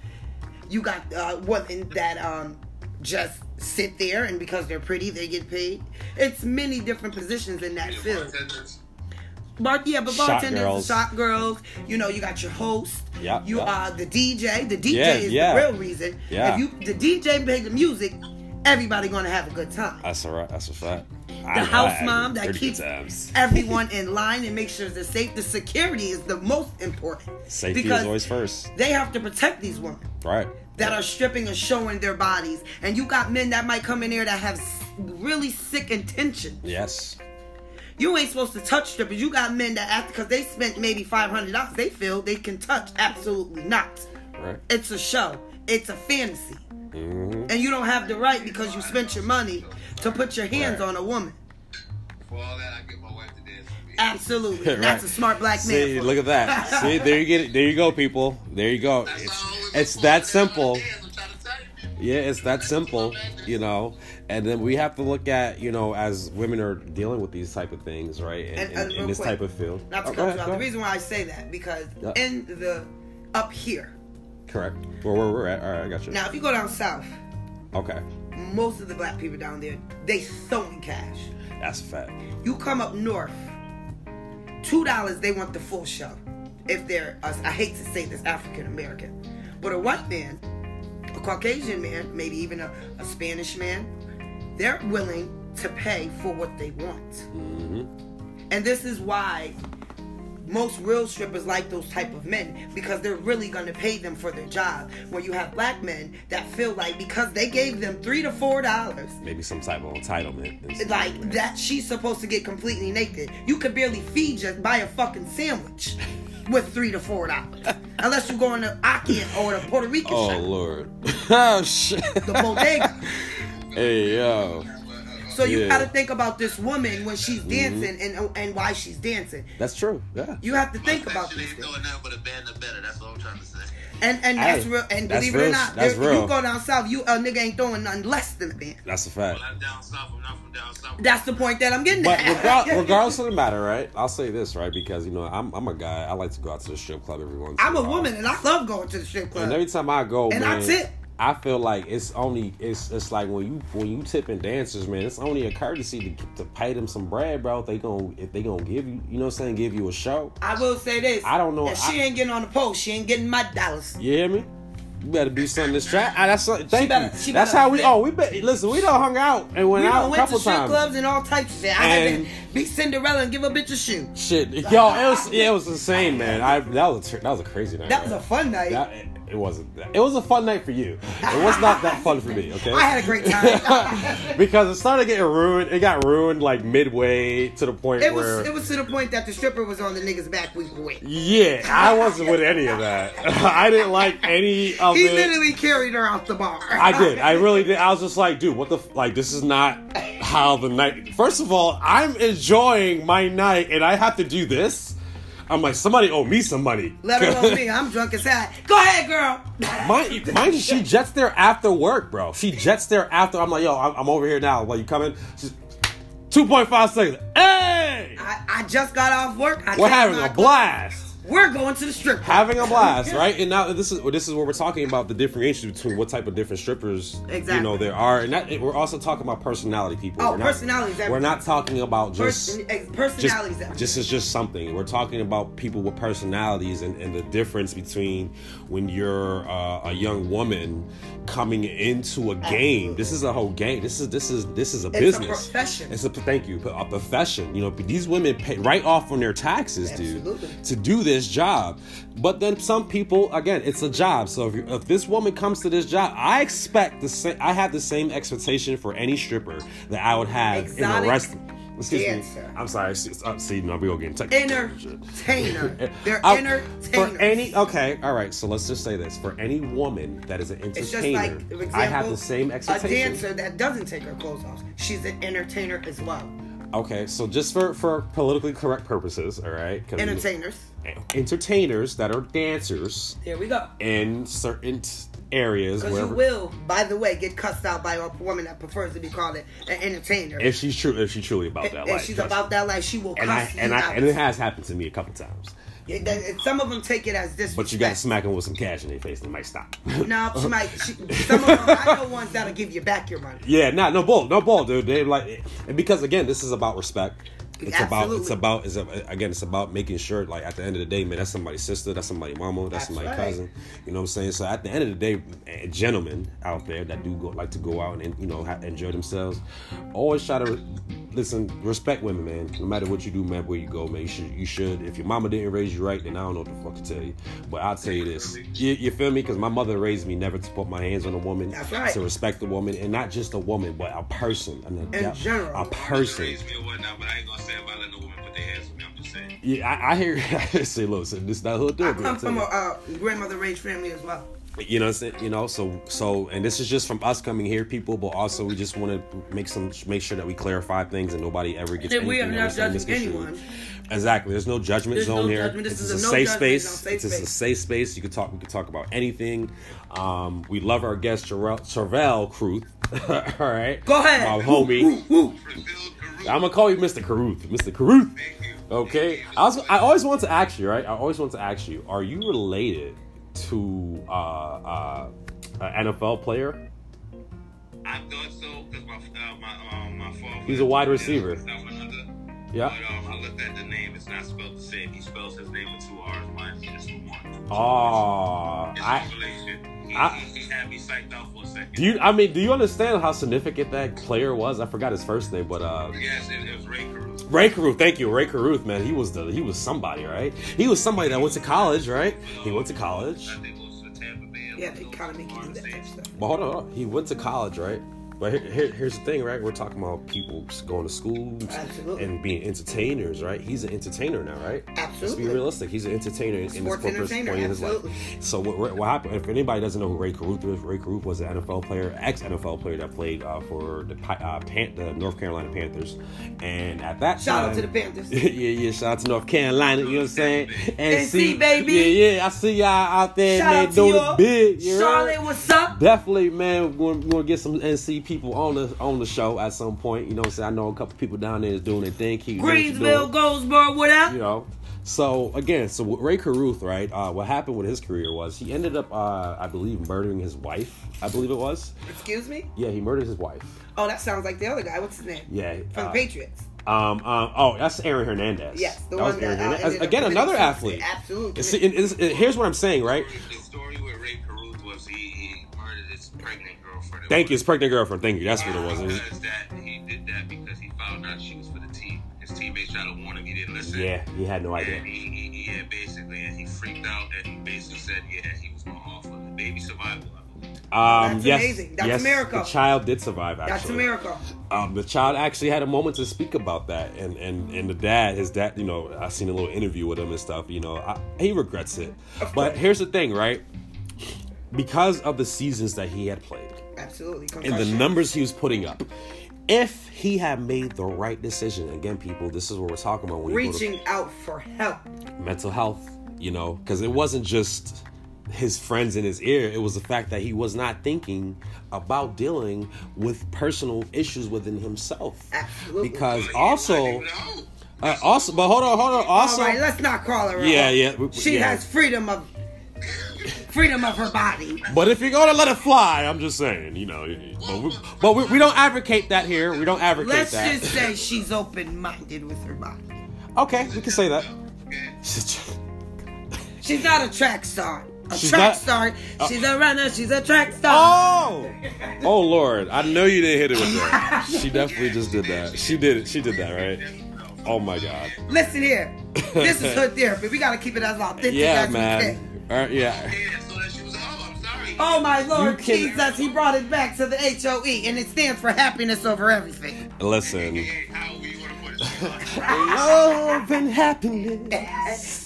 B: You got uh, women that um, just sit there and because they're pretty, they get paid. It's many different positions in that
C: Your
B: field.
C: bartenders,
B: Bar- yeah, but
A: Shot
B: bartenders,
A: girls.
B: shop girls. You know, you got your host.
A: Yeah,
B: You
A: yeah.
B: are the DJ. The DJ
A: Yeah,
B: is
A: yeah.
B: the real reason.
A: Yeah.
B: If you the DJ play the music, everybody gonna have a good time.
A: That's a right. That's a fact.
B: the house mom that keeps everyone in line and makes sure they're safe. The security is the most important.
A: Safety
B: because
A: is always first.
B: They have to protect these women
A: Right.
B: that are stripping and showing their bodies, and you got men that might come in there that have s- really sick intentions.
A: Yes.
B: You ain't supposed to touch strippers. You got men that after because they spent maybe five hundred dollars, they feel they can touch. Absolutely not.
A: Right.
B: It's a show. It's a fantasy,
A: hmm
B: and you don't have the right because you spent your money to put your hands
A: Right.
B: on a woman.
C: For all that, I get my wife to dance for me.
B: Absolutely, And that's a smart black man.
A: See,
B: for
A: look
B: you.
A: at that. See, there you get it. There you go, people. There you go.
C: That's all
A: It's,
C: it was
A: it's
C: for.
A: that
C: That's all I
A: simple.
C: dance. I'm trying to tell you people.
A: Yeah, it's that simple, you know. And then we have to look at, you know, as women are dealing with these type of things, right? In,
B: And,
A: in-
B: uh,
A: in
B: real
A: this
B: quick,
A: type of field.
B: Not
A: Oh,
B: to
A: go
B: cut
A: ahead,
B: you off.
A: go
B: The
A: ahead.
B: reason why I say that because
A: Yeah.
B: in the up here
A: Correct. Where where we're at. All right, I got you.
B: now, if you go down south,
A: Okay,
B: most of the black people down there they throwing cash.
A: that's a fact.
B: You come up north, two dollars they want the full show. If they're, uh, I hate to say this, African American, but a white man, a Caucasian man, maybe even a, a Spanish man, they're willing to pay for what they want. And this is why most real strippers like those type of men because they're really gonna pay them for their job. Where you have black men that feel like because they gave them three to four dollars,
A: Maybe some type of entitlement. and stuff
B: like that she's supposed to get completely naked. You could barely feed just buy a fucking sandwich with three to four dollars. Unless you go in the Akian or the Puerto Rican
A: Oh
B: shop,
A: lord. oh shit.
B: the bodega.
A: Hey yo.
C: uh,
B: So you
A: Yeah. Mm-hmm.
B: gotta think about this woman when she's dancing and and why she's dancing.
A: That's true. Yeah.
B: You have to think about
C: Actually,
B: these
C: ain't
B: things.
C: doing nothing but a band of better. That's all I'm trying to say.
B: And and that's
A: Hey,
B: real and
A: that's
B: believe it
A: real
B: or
A: sh-
B: not,
A: that's
B: there- you
A: real.
B: go down south, you a nigga ain't throwing nothing less than a band.
A: That's a fact.
C: Well, I'm down south. I'm not from down south.
B: That's the point that I'm getting
A: But
B: at.
A: regard, regardless of the matter, right? I'll say this, right? Because you know, I'm I'm a guy. I like to go out to the strip club every once. in
B: I'm a
A: while.
B: woman and I love going to the strip club.
A: And every time I go,
B: And
A: man,
B: I
A: I,
B: tip.
A: feel like it's only it's it's like when you when you tipping dancers, man, it's only a courtesy to, to pay them some bread, bro. If they gon' if they gonna give you, you know what I'm saying, give you a show.
B: I will say this.
A: I don't know-
B: If she
A: I-
B: ain't getting on the post, she ain't getting my dollars.
A: You hear me? You better do something to strap. Ah, that's what, thank
B: better- she
A: you. That's
B: better-
A: how we. Oh, we be, listen. We done hung out and went
B: We
A: out
B: done
A: a
B: went to
A: couple
B: strip
A: times.
B: clubs and all types of shit. I had
A: And-
B: to be Cinderella and give a bitch a shoe.
A: Shit, yo, it was yeah, it was insane, man. I that was a, tr- that was a crazy night.
B: That was
A: right?
B: a fun night.
A: That- it, it wasn't. That, it was a fun night for you. It was not that fun for me. Okay.
B: I had a great time.
A: because it started getting ruined. It got ruined like midway to the point
B: it
A: where.
B: was it was to the point that the stripper was on the niggas back we were with.
A: yeah, I wasn't with any of that. I didn't like any of
B: He
A: it.
B: literally carried her out the bar.
A: I did. I really did. I was just like, dude, what the f- like? This is not how the night. First of all, I'm enjoying my night, and I have to do this. I'm like, somebody owe me some money.
B: Let alone me. I'm drunk as hell. Go ahead, girl.
A: Mind, mind you, she jets there after work, bro. She jets there after. I'm like, yo, I'm, I'm over here now. Like, you coming? She's 2.5 seconds. Hey,
B: I, I just got off work. I
A: we're
B: checked
A: having
B: my
A: a
B: clothes.
A: blast.
B: We're going to the strip. club.
A: having a blast, right? And now this is this is where we're talking about the differentiation between what type of different strippers you know
B: Exactly.
A: there are, and that, we're also talking about personality people.
B: Oh,
A: we're
B: personalities,
A: Not,
B: everything.
A: we're not talking about just.
B: Person, eh,
A: just,
B: personalities. that-
A: just is just something. We're talking about people with personalities and, and the difference between when you're uh, a young woman coming into a game. This is a whole game. This is this is this is a
B: a
A: business.
B: profession.
A: It's a thank you, a profession. You know, but these women pay right off on their taxes, dude
B: Absolutely.
A: to do this this job. But then some people, again, it's a job. So if, you, if this woman comes to this job, I expect the same. I have the same expectation for any stripper that I would have in
B: Exotic
A: a restaurant. Excuse me.
B: dancer.
A: I'm sorry. it's- uh, See, no, we gonna get in technical. and shit.
B: Entertainer. They're
A: I-
B: entertainers.
A: Uh, oh, For any, okay, all right. So let's just say this: for any woman that is an entertainer,
B: It's just like, for example,
A: I have the same
B: A
A: expectation.
B: dancer that doesn't take her clothes off, she's an entertainer as well.
A: Okay, so just for for politically correct purposes, all right, 'cause-
B: Entertainers.
A: entertainers that are dancers
B: There we go.
A: in certain t- areas,
B: Because you
A: wherever.
B: will, by the way, get cussed out by a woman that prefers to be called an an entertainer.
A: If she's true, if she's truly about that
B: if
A: life,
B: she's
A: trust
B: about that life, she will
A: me. and I
B: cuss you
A: and I
B: out.
A: and it has happened to me a couple times.
B: It- that- it- some of them take it as disrespect.
A: But you got to smack them with some cash in their face, they might stop.
B: No, she might. She, some of them, I know ones that'll give you back your money.
A: yeah, nah, no bull, no bull, dude. They like, and because again, this is about respect. It's about it's
B: Absolutely.
A: about it's a, again it's about making sure like at the end of the day, man, that's somebody's sister, that's somebody's mama, that's,
B: That's
A: somebody's
B: right.
A: cousin. You know what I'm saying? So at the end of the day, eh, gentlemen out there that do go, like to go out and you know ha- enjoy themselves, always try to listen, respect women, man. No matter what you do, man, where you go, man, you should. You should. If your mama didn't raise you right, then I don't know what the fuck to tell you. But I'll tell you this, you, you feel me? Because my mother raised me never to put my hands on a woman,
B: That's right.
A: to respect a woman, and not just a woman, but a person, an adult-
B: general.
A: a person.
C: Raise me or whatnot, but I ain't gonna say about letting a woman put their hands on me. I'm just saying.
A: Yeah, I, I hear. I say, look, so this that hood
B: I
A: do
B: come from a uh, grandmother raised family as well.
A: you know, what I'm saying? you know. So, so, and this is just from us coming here, people. But also, we just want to make some, make sure that we clarify things, and nobody ever gets.
B: That we
A: anything
B: are not
A: we're saying
B: judging
A: misconstrued.
B: anyone.
A: Exactly. There's no judgment
B: There's
A: zone
B: no
A: here.
B: judgment. This
A: This
B: is
A: is
B: a no
A: safe
B: judgment
A: space.
B: zone, safe
A: This is a
B: space.
A: safe space. You can talk. We can talk about anything. Um, we love our guest, Jarrell, Charvel Cruth. All right.
B: Go ahead.
A: my homie.
B: Woo.
C: Brazil, Peru.
A: I'm gonna call you Mr. Caruth, Mr. Caruth.
C: Thank you.
A: Okay.
C: Thank you.
A: I was, I always want to ask you, right? I always want to ask you, are you related to uh, uh, an NFL player?
C: I thought so because my uh, my um, my father.
A: He's a wide receiver.
C: Is that one under-
A: Yeah.
C: But um, I looked at the name. It's not spelled the same. He spells his name with two R's. Mine's just with one.
A: Oh,
C: It's
A: I
C: a relation. He,
A: I-
C: he, he had me psyched out for a second.
A: do you. I mean, do you understand how significant that player was? I forgot his first name, but uh,
C: Yes, it, it was Ray Caruso.
A: Ray Caruth. Thank you, Ray Caruth. Man, he was the he was somebody, right? He was somebody that went to college, right? He went to college.
C: I think it was the Tampa Bay.
B: Yeah, they kind of make you do that type of stuff.
A: But hold on, hold on. he went to college, right? But here, here, here's the thing, right? We're talking about people going to schools
B: Absolutely.
A: and being entertainers, right? He's an entertainer now, right? Let's be
B: Absolutely.
A: realistic. He's an entertainer in his
B: Sports
A: corporate point
B: entertainer,
A: in his life.
B: absolutely.
A: So what, what what happened? If anybody doesn't know who Ray Caruth is, Ray Caruth was an NFL player, ex NFL player that played uh, for the Pi- uh, Pan- the North Carolina Panthers, and at that
B: Shout
A: time,
B: out to the Panthers.
A: yeah, yeah, shout out to North Carolina, you know what I'm saying? And
B: NC, baby.
A: Yeah, yeah, I see y'all out there,
B: Shout
A: man,
B: out to
A: doing
B: you.
A: it big. You
B: Charlotte,
A: heard?
B: what's up?
A: Definitely, man. We're gonna, we're gonna get some NC people on the on the show at some point. You know, what I'm saying I know a couple people down there is doing their thing. Keep doing what you're
B: Greensville,
A: doing,
B: Goldsboro, what up?
A: you know. So again, so with Ray Caruth, right? Uh, what happened with his career was he ended up, uh, I believe, murdering his wife. I believe it was.
B: Excuse me?
A: Yeah, he murdered his wife.
B: Oh, that sounds like the other guy. What's his name?
A: Yeah.
B: From
A: uh,
B: the Patriots.
A: um, um, oh, that's Aaron Hernandez.
B: Yes, the
A: that
B: one
A: was Aaron
B: that, uh,
A: Hernandez.
B: ended up
A: Again,
B: committing
A: another
B: suicide.
A: athlete.
B: Absolutely.
A: See, and it's- it- here's what I'm saying, right?
C: The story with Ray Caruso was he, he murdered his pregnant girlfriend.
A: Thank you, his pregnant girlfriend. Thank you. That's what it was. It was-
C: Because that he did that because he found out she was for the team. His teammates tried to warn him. He didn't listen.
A: yeah, he had no idea.
C: And he, he, he yeah, basically, and he freaked out, and he basically said, yeah, he was gonna offer the baby survival. I believe.
A: Um,
B: That's
A: yes,
B: amazing. That's
A: yes,
B: a miracle.
A: The child did survive. Actually,
B: That's a miracle.
A: Um, the child actually had a moment to speak about that, and and and the dad, his dad, you know, I seen a little interview with him and stuff. You know, I, he regrets it. But here's the thing, right? Because of the seasons that he had played
B: Absolutely.
A: and the
B: Concussion.
A: numbers he was putting up, if he had made the right decision, again, people, this is what we're talking about. When you go to-
B: Reaching out for help.
A: mental health, you know, because it wasn't just his friends in his ear, it was the fact that he was not thinking about dealing with personal issues within himself.
B: Absolutely.
A: Because
C: But he
A: also,
C: wasn't even out.
A: uh, also, but hold on, hold on, also,
B: All right, let's not call her.
A: Yeah,
B: out.
A: yeah, we-
B: She
A: yeah.
B: has freedom of freedom of her body.
A: but if you're gonna let it fly, I'm just saying, you know, but we, but we, we don't advocate that here, we don't advocate
B: Let's
A: that.
B: just say she's open minded with her body.
A: okay, we can say that.
C: Okay.
B: She's not a track star. A
A: She's
B: track
A: not- Uh,
B: star. She's a runner. She's a track star.
A: Oh, oh Lord! I know you didn't hit it with that. She definitely just did that. She did it. She did that, right? Oh my God!
B: Listen here. this is hood therapy. We gotta keep it as authentic
A: yeah,
B: as we can.
A: man. All right, yeah.
C: Yeah, so that she was home. I'm sorry.
B: Oh my Lord
A: can-
B: Jesus, he brought it back to the HOE, and it stands for happiness over everything.
A: Listen.
C: AKA, how we want to put it. to you.
A: Love and happiness.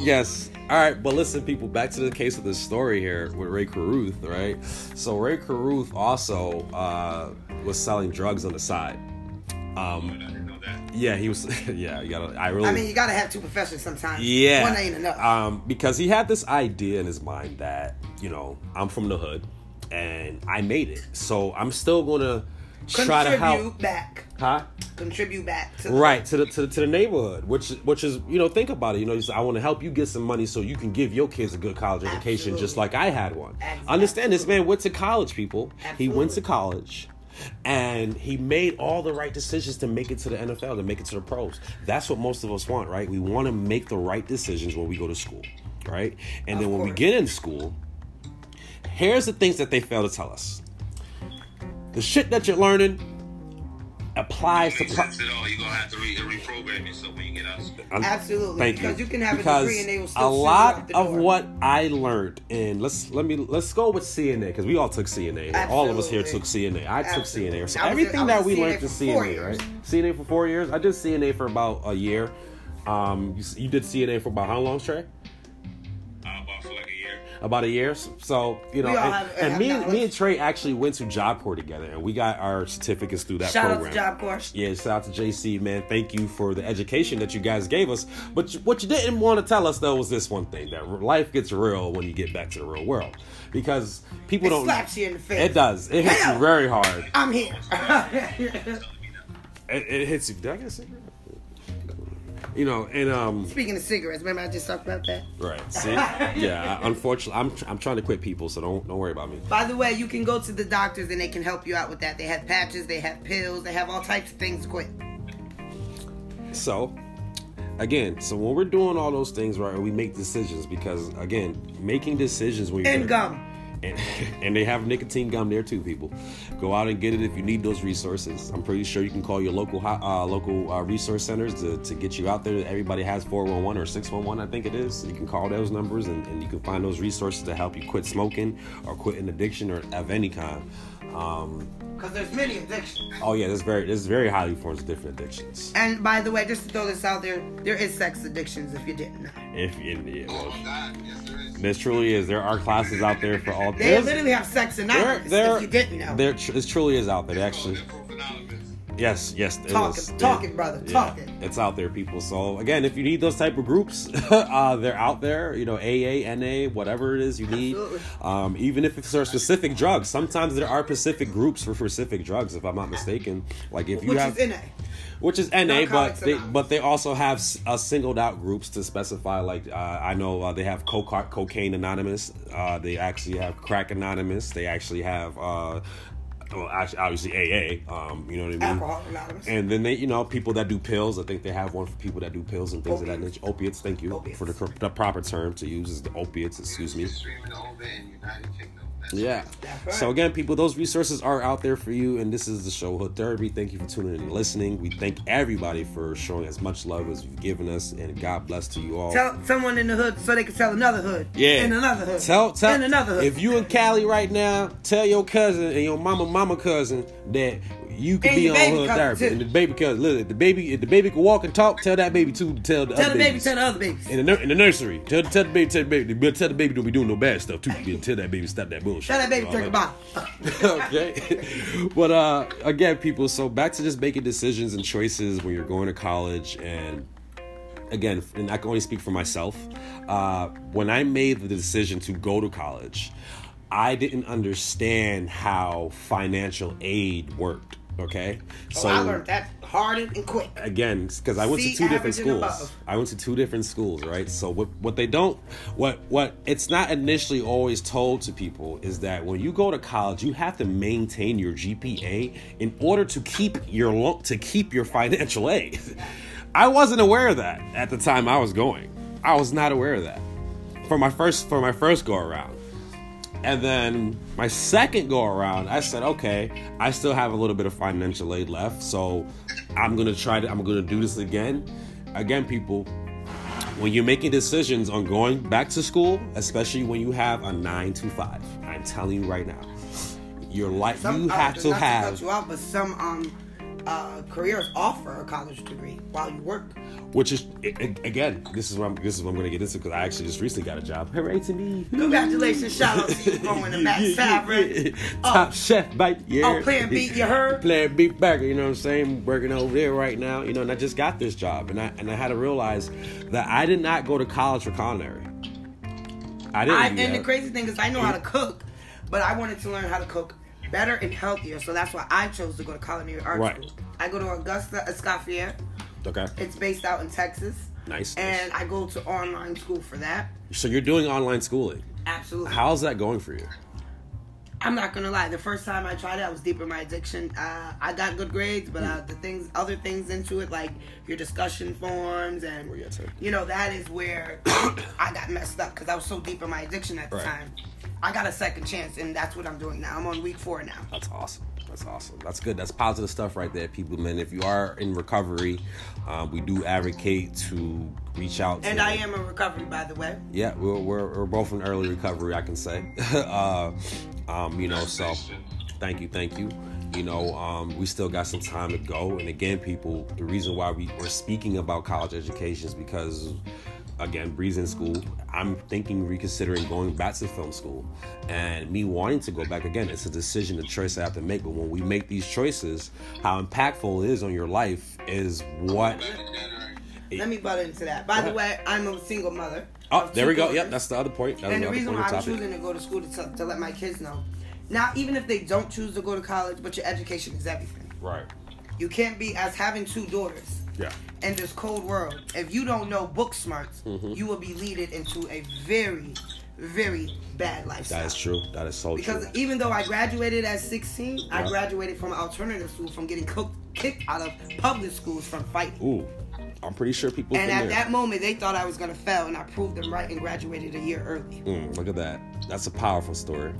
A: Yes. All right, but listen, people. Back to the case of this story here with Ray Caruth, right? So Ray Caruth also uh, was selling drugs on the side. Um,
C: I didn't know that.
A: Yeah, he was. Yeah, you gotta. I really.
B: I mean, you gotta have two professions sometimes.
A: Yeah.
B: One ain't enough.
A: Um, because he had this idea in his mind that, you know, I'm from the hood and I made it. So I'm still gonna try to
B: Contribute
A: help
B: back.
A: huh?
B: Contribute back to
A: Right, to the to, the- to the neighborhood, which which is, you know, think about it. You know, you say, I wanna help you get some money so you can give your kids a good college education just
B: Absolutely.
A: like I had one.
B: Absolutely.
A: Understand this man went to college, people. He went to
B: Absolutely.
A: college. And he made all the right decisions to make it to the NFL, to make it to the pros. That's what most of us want, right? We want to make the right decisions when we go to school, right? And then
B: Of
A: when we
B: course.
A: get in school, here's the things that they fail to tell us. The shit that you're learning applies to.
C: Makes
A: Pro-
C: sense at all. You're gonna have to re- reprogram yourself when you get out of school.
A: I'm-
B: Absolutely, because you can have a degree and they will still
A: a
B: send you
A: lot
B: out the
A: of
B: door.
A: what I learned, and let's let me let's go with CNA because we all took CNA. All of us here took CNA. I took
B: Absolutely.
A: CNA. So
B: I was in-
A: everything
B: I was
A: that
B: in
A: we
B: CNA
A: learned
B: for
A: is
B: four
A: CNA,
B: years.
A: right? CNA for four years. I did CNA for about a year. Um, you, s- you did CNA for about how long, Trey?
C: Uh, about for like a year.
A: About a year. S- So you know,
B: We all
A: and,
B: have-
A: and
B: have
A: me,
B: knowledge.
A: me and Trey actually went to Job Corps together, and we got our certificates through that
B: Shout
A: program.
B: out to Job Corps.
A: Yeah, shout out to JC, man. Thank you for the education that you guys gave us. But you- what you didn't want to tell us, though, was this one thing that life gets real when you get back to the real world. Because people
B: It
A: don't.
B: slaps you in the face.
A: It does. It hits you
B: Hell!
A: very hard.
B: I'm here.
A: It, it hits you. Did I get a cigarette? You know, and, um,
B: Speaking of cigarettes, remember I just talked about that?
A: right. See? Yeah, I- unfortunately, I'm, tr- I'm trying to quit people, so don't, don't worry about me.
B: By the way, you can go to the doctors and they can help you out with that. They have patches, they have pills, they have all types of things to quit.
A: So, again, so when we're doing all those things, right, we make decisions because, again, making decisions when you're
B: And
A: gonna-
B: gum.
A: and, and they have nicotine gum there too. People, go out and get it if you need those resources. I'm pretty sure you can call your local ho- uh, local uh, resource centers to, to get you out there. Everybody has 411 or 611, I think it is. You can call those numbers and, and you can find those resources to help you quit smoking or quit an addiction or of any kind. Um,
B: Because there's many addictions.
A: oh yeah, there's very there's very highly forms of different addictions.
B: And by the way, just to throw this out there, there is sex addictions if you didn't know.
A: If and, yeah,
C: Oh
A: well,
C: my God, yes there is.
A: this truly is. There are classes out there for all.
B: They
A: there's-
B: literally have sex
A: there,
B: anonymous
A: there,
B: if you didn't know.
A: there tr- it truly is out there. They
C: Oh,
A: actually.
C: they're both anonymous.
A: Yes, yes, it
B: Talk
A: is.
B: it- talk it, brother, talk it.
A: It's out there, people. So again, if you need those type of groups, uh, they're out there. You know, AA, NA, whatever it is you need.
B: Absolutely.
A: Um, even if it's our specific drugs, sometimes there are specific groups for specific drugs. If I'm not mistaken, like if you
B: which
A: have
B: is in it.
A: which is NA, but
B: Narcotics
A: they,
B: Anonymous.
A: but they also have s- uh, singled out groups to specify. Like uh, I know uh, they have coca- cocaine anonymous. Uh, they actually have crack anonymous. They actually have uh, well, actually, obviously AA. Um, you know what I mean?
B: Alcohol Anonymous.
A: And then they, you know, people that do pills. I think they have one for people that do pills and things of that
B: Opiates.
A: nature. Opiates. Thank you
B: Opiates.
A: for the, cor- the proper term to use is the opiates. Excuse me.
C: You're streaming over in United Kingdom. That's
A: Yeah.
B: That's right.
A: So again, people, those resources are out there for you, and this is the show Hood Therapy. Thank you for tuning in and listening. We thank everybody for showing as much love as you've given us, and God bless to you all.
B: Tell someone in the hood so they can tell another hood.
A: yeah.
B: In another hood.
A: Tell tell
B: In another hood.
A: If you in Cali right now, tell your cousin and your mama mama cousin that you can
B: And
A: be
B: your
A: on
B: baby
A: Hood
B: cousin,
A: Therapy.
B: too.
A: And the baby cousin, look, if the baby if the baby can walk and talk, tell that baby too to tell the
B: tell
A: other
B: the baby,
A: babies.
B: tell the other babies.
A: in the, nur- in the nursery, tell, tell the baby, tell the baby, tell the baby don't be doing no bad stuff too. Tell that baby stop that bullshit.
B: Tell that baby
A: All
B: to drink a bottle.
A: okay. but uh again, people, so back to just making decisions and choices when you're going to college and again, and I can only speak for myself. Uh when I made the decision to go to college, I didn't understand how financial aid worked. Okay.
B: So Oh, I learned that hard and quick.
A: again because I went
B: See,
A: to two different
B: average and
A: schools.
B: above.
A: I went to two different schools, right? So what what they don't what what it's not initially always told to people is that when you go to college, you have to maintain your GPA in order to keep your lo- to keep your financial aid. I wasn't aware of that at the time I was going. I was not aware of that for my first for my first go around. And then my second go around, I said, okay, I still have a little bit of financial aid left, so I'm gonna try to, I'm gonna do this again. Again, people, when you're making decisions on going back to school, especially when you have a nine to five, I'm telling you right now, your life,
B: Some,
A: you
B: uh,
A: have
B: not
A: to
B: cut
A: have,
B: you out, but some um, uh, careers offer a college degree while you work.
A: which is a- a- again, this is what I'm, this is what I'm gonna get into because I actually just recently got a job. Hooray to me!
B: Congratulations, shout out to you going to Matt Sabra.
A: Top
B: Oh.
A: chef, right? Yeah.
B: Oh, Plan B, you heard?
A: Plan B burger. You know what I'm saying? Working over there right now. You know, and I just got this job, and I and I had to realize that I did not go to college for culinary. I didn't.
B: I,
A: do
B: and the
A: that.
B: crazy thing is, I know how to cook, but I wanted to learn how to cook better and healthier. So that's why I chose to go to culinary arts
A: Right.
B: school. I go to Augusta Escoffier.
A: okay.
B: It's based out in Texas.
A: Nice, nice.
B: And I go to online school for that.
A: So you're doing online schooling.
B: Absolutely.
A: How's that going for you?
B: I'm not gonna lie. The first time I tried it, I was deep in my addiction. Uh, I got good grades, but
A: Mm.
B: uh, the things, other things into it, like your discussion forms and
A: Where you at, sir?
B: you know, that is where I got messed up because I was so deep in my addiction at the
A: Right.
B: time. I got a second chance, and that's what I'm doing now. I'm on week four now.
A: That's awesome. That's awesome. That's good. That's positive stuff right there, people. Man, if you are in recovery, um, we do advocate to reach out.
B: And
A: to,
B: I am in recovery, by the way.
A: yeah, we're, we're, we're both in early recovery, I can say. uh, um, you know, so thank you, thank you. You know, um, we still got some time to go. And again, people, the reason why we, we're speaking about college education is because, again, Bree's in school. I'm thinking, reconsidering going back to film school. And me wanting to go back again, it's a decision, a choice I have to make. But when we make these choices, how impactful it is on your life is what.
C: Back in January.
B: Let me butt into that. By the way, I'm a single mother.
A: Uh-huh. Oh,
B: of
A: there
B: two
A: we go.
B: daughters.
A: Yep, that's the other point. That was
B: and the
A: other
B: reason
A: point
B: why
A: of
B: I'm
A: topic.
B: choosing to go to school to, t- to let my kids know. Now, even if they don't choose to go to college, but your education is everything.
A: Right.
B: You can't be as having two daughters
A: Yeah.
B: in this cold world. If you don't know book smarts,
A: Mm-hmm.
B: you will be leaded into a very, very bad lifestyle.
A: That is true. That is so
B: Because
A: true.
B: even though I graduated at 16, I
A: Yeah.
B: graduated from alternative school from getting cooked, kicked out of public schools from fighting.
A: Ooh, I'm pretty sure people.
B: And
A: been
B: at
A: there.
B: that moment, they thought I was going to fail, and I proved them right and graduated a year early.
A: Mm, look at that. That's a powerful story.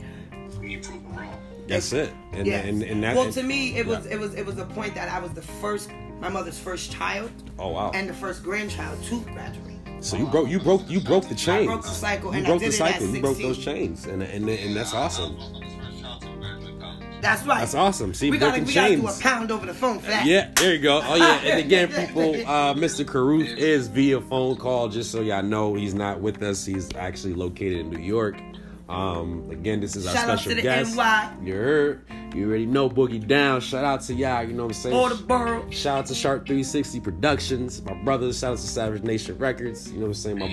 C: When you prove it wrong.
A: That's it. And
B: Yeah.
A: and, and that.
B: well, to me, it
A: yeah.
B: was it was it was a point that I was the first, my mother's first child,
A: Oh wow.
B: and the first grandchild to graduate.
A: so you broke you broke you broke the chains.
B: broke the cycle,
A: You
B: and I
A: broke
B: did
A: the
B: it at
A: cycle. You broke
B: 16.
A: those chains, and and and that's awesome.
B: That's right.
A: That's awesome. See,
B: we gotta
A: breaking
B: we
A: chains.
B: gotta do a pound over the phone for that.
A: Yeah, there you go. Oh yeah, and again, people, uh, Mr. Caruth is via phone call. Just so y'all know, he's not with us. He's actually located in New York. Um, again, this is our
B: Shout out
A: special
B: to the
A: guest.
B: NY.
A: You heard? You already know Boogie Down. Shout out to y'all. You know what I'm saying?
B: All the boroughs.
A: Shout out to Sharp 360 Productions, my brothers. Shout out to Savage Nation Records. You know what I'm saying? My,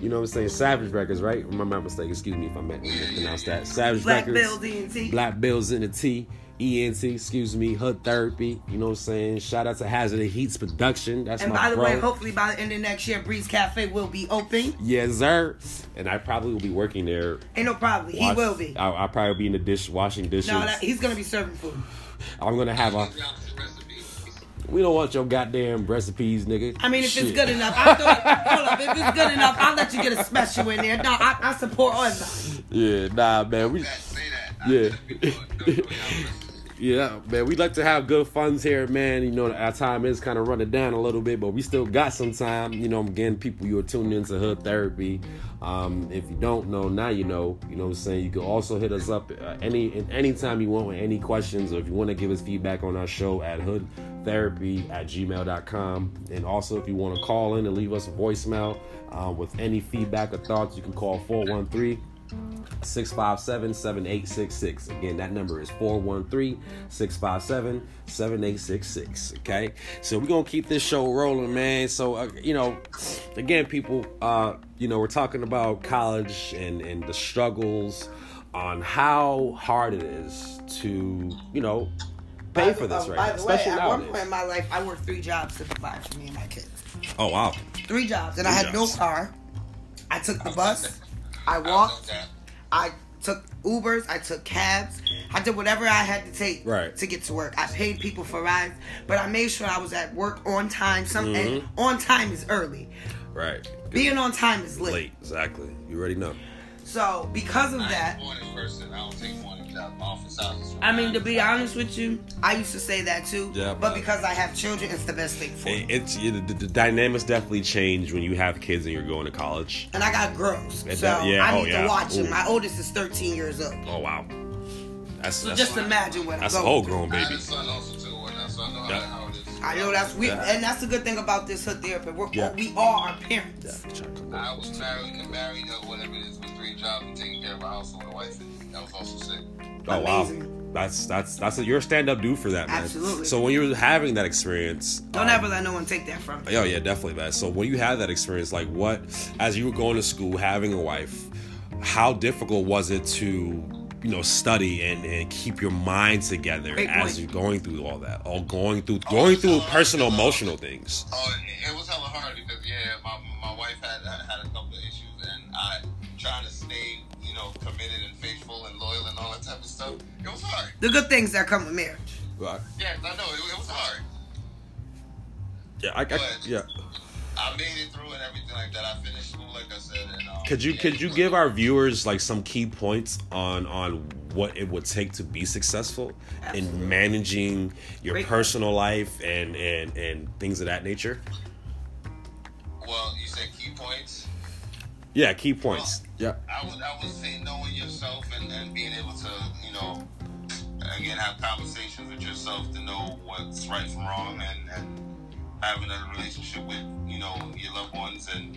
A: you know what I'm saying? Savage Records, right? If I'm not mistaken. Excuse me if I meant pronounce that. Savage
B: Black
A: Records.
B: Bill D&T.
A: Black Bills in the T. ENT, excuse me, Hood Therapy. You know what I'm saying? Shout out to Hazard and Heats Production. That's
B: And
A: my
B: by the
A: bro.
B: way, hopefully by the end of next year, Breeze Cafe will be open.
A: yes, sir. And I probably will be working there.
B: Ain't no problem. He
A: Wash-
B: will be.
A: I, I'll probably be in the dish washing dishes.
B: No, that, he's gonna be serving food.
A: I'm gonna have a. We don't want your goddamn recipes, nigga.
B: I mean, if it's
A: Shit.
B: good enough, I thought, hold up, if it's good enough, I'll let you get a special in there. No, I, I support everybody.
A: Yeah, nah, man. We. Yeah. Yeah, man, we like to have good funds here, man. You know, our time is kind of running down a little bit, but we still got some time. You know, again, people, you are tuned into Hood Therapy. Um, if you don't know, now you know. You know what I'm saying? You can also hit us up uh, any at any time you want with any questions, or if you want to give us feedback on our show at Hood Therapy at gmail.com. And also, if you want to call in and leave us a voicemail uh, with any feedback or thoughts, you can call 413- 657-7866 again that number is 413-657-7866 okay so we're gonna keep this show rolling man so uh, you know again people uh you know we're talking about college and and the struggles on how hard it is to you know pay for this
B: Um,
A: right now
B: by the way,
A: especially
B: at one point
A: nowadays
B: in my life, I worked three jobs to provide for me and my kids.
A: oh wow
B: Three jobs, and I had
A: jobs.
B: no car. I took the bus. I
C: Walk.
B: walked. I took Ubers, I took cabs, I did whatever I had to take
A: Right.
B: to get to work. I paid people for rides, but I made sure I was at work on time. Some and
A: Mm-hmm.
B: on time is early.
A: right
B: Being on time is late.
A: exactly you already know
B: So because of
C: I
B: that,
C: ain't morning person. I don't take morning job. Office hours.
B: I mean to be honest with you, I used to say that too.
A: Yeah,
B: but
A: but-
B: because I have children, it's the best thing for me.
A: It- It's it, the, the dynamics definitely change when you have kids and you're going to college.
B: And I got girls,
A: It
B: so
A: does- yeah,
B: I
A: oh,
B: need to
A: yeah.
B: watch them.
A: Ooh.
B: My oldest is 13 years old.
A: Oh wow, that's
B: So
A: that's,
B: just imagine what I'm
A: that's
B: going.
A: all grown
C: I had
A: baby.
C: a son also too, and I- so I know how,
A: Yeah.
C: how it is.
B: I know that's we,
A: Yeah.
B: and that's the good thing about this hood therapy. We're,
A: Yeah.
B: We are our parents.
C: I was married and married or whatever it is with three jobs and taking care of my household and wife. And I was also sick.
A: Oh
B: Amazing.
A: wow, that's that's that's a, you're a stand up dude for that man.
B: Absolutely.
A: So when you're having that experience,
B: Don't
A: um,
B: ever let no one take that from me.
A: Yeah, yeah, definitely, man. So when you had that experience, like what, as you were going to school, having a wife, how difficult was it to, you know, study and, and keep your mind together
B: Great
A: as
B: point.
A: you're going through all that, all going through going through personal emotional things.
C: Oh, it, it was hella hard because yeah, my my wife had had a couple of issues, and I trying to stay, you know, committed and faithful and loyal and all that type of stuff. It was hard.
B: The good things that come with marriage.
A: Right.
C: Yeah, I know it, it was hard.
A: Yeah, I, I, yeah.
C: I made it through and everything like that. I finished school, like I said. And, um,
A: Could you
C: yeah,
A: could you
C: but-
A: give our viewers like some key points on on what it would take to be successful
B: Absolutely.
A: in managing your
B: Great.
A: personal life and and and things of that nature?
C: Well, you said key points.
A: Yeah, key points. Yeah.
C: I would I would say knowing yourself and, and being able to you know again have conversations with yourself to know what's right from wrong and, and having a relationship with you know your loved ones and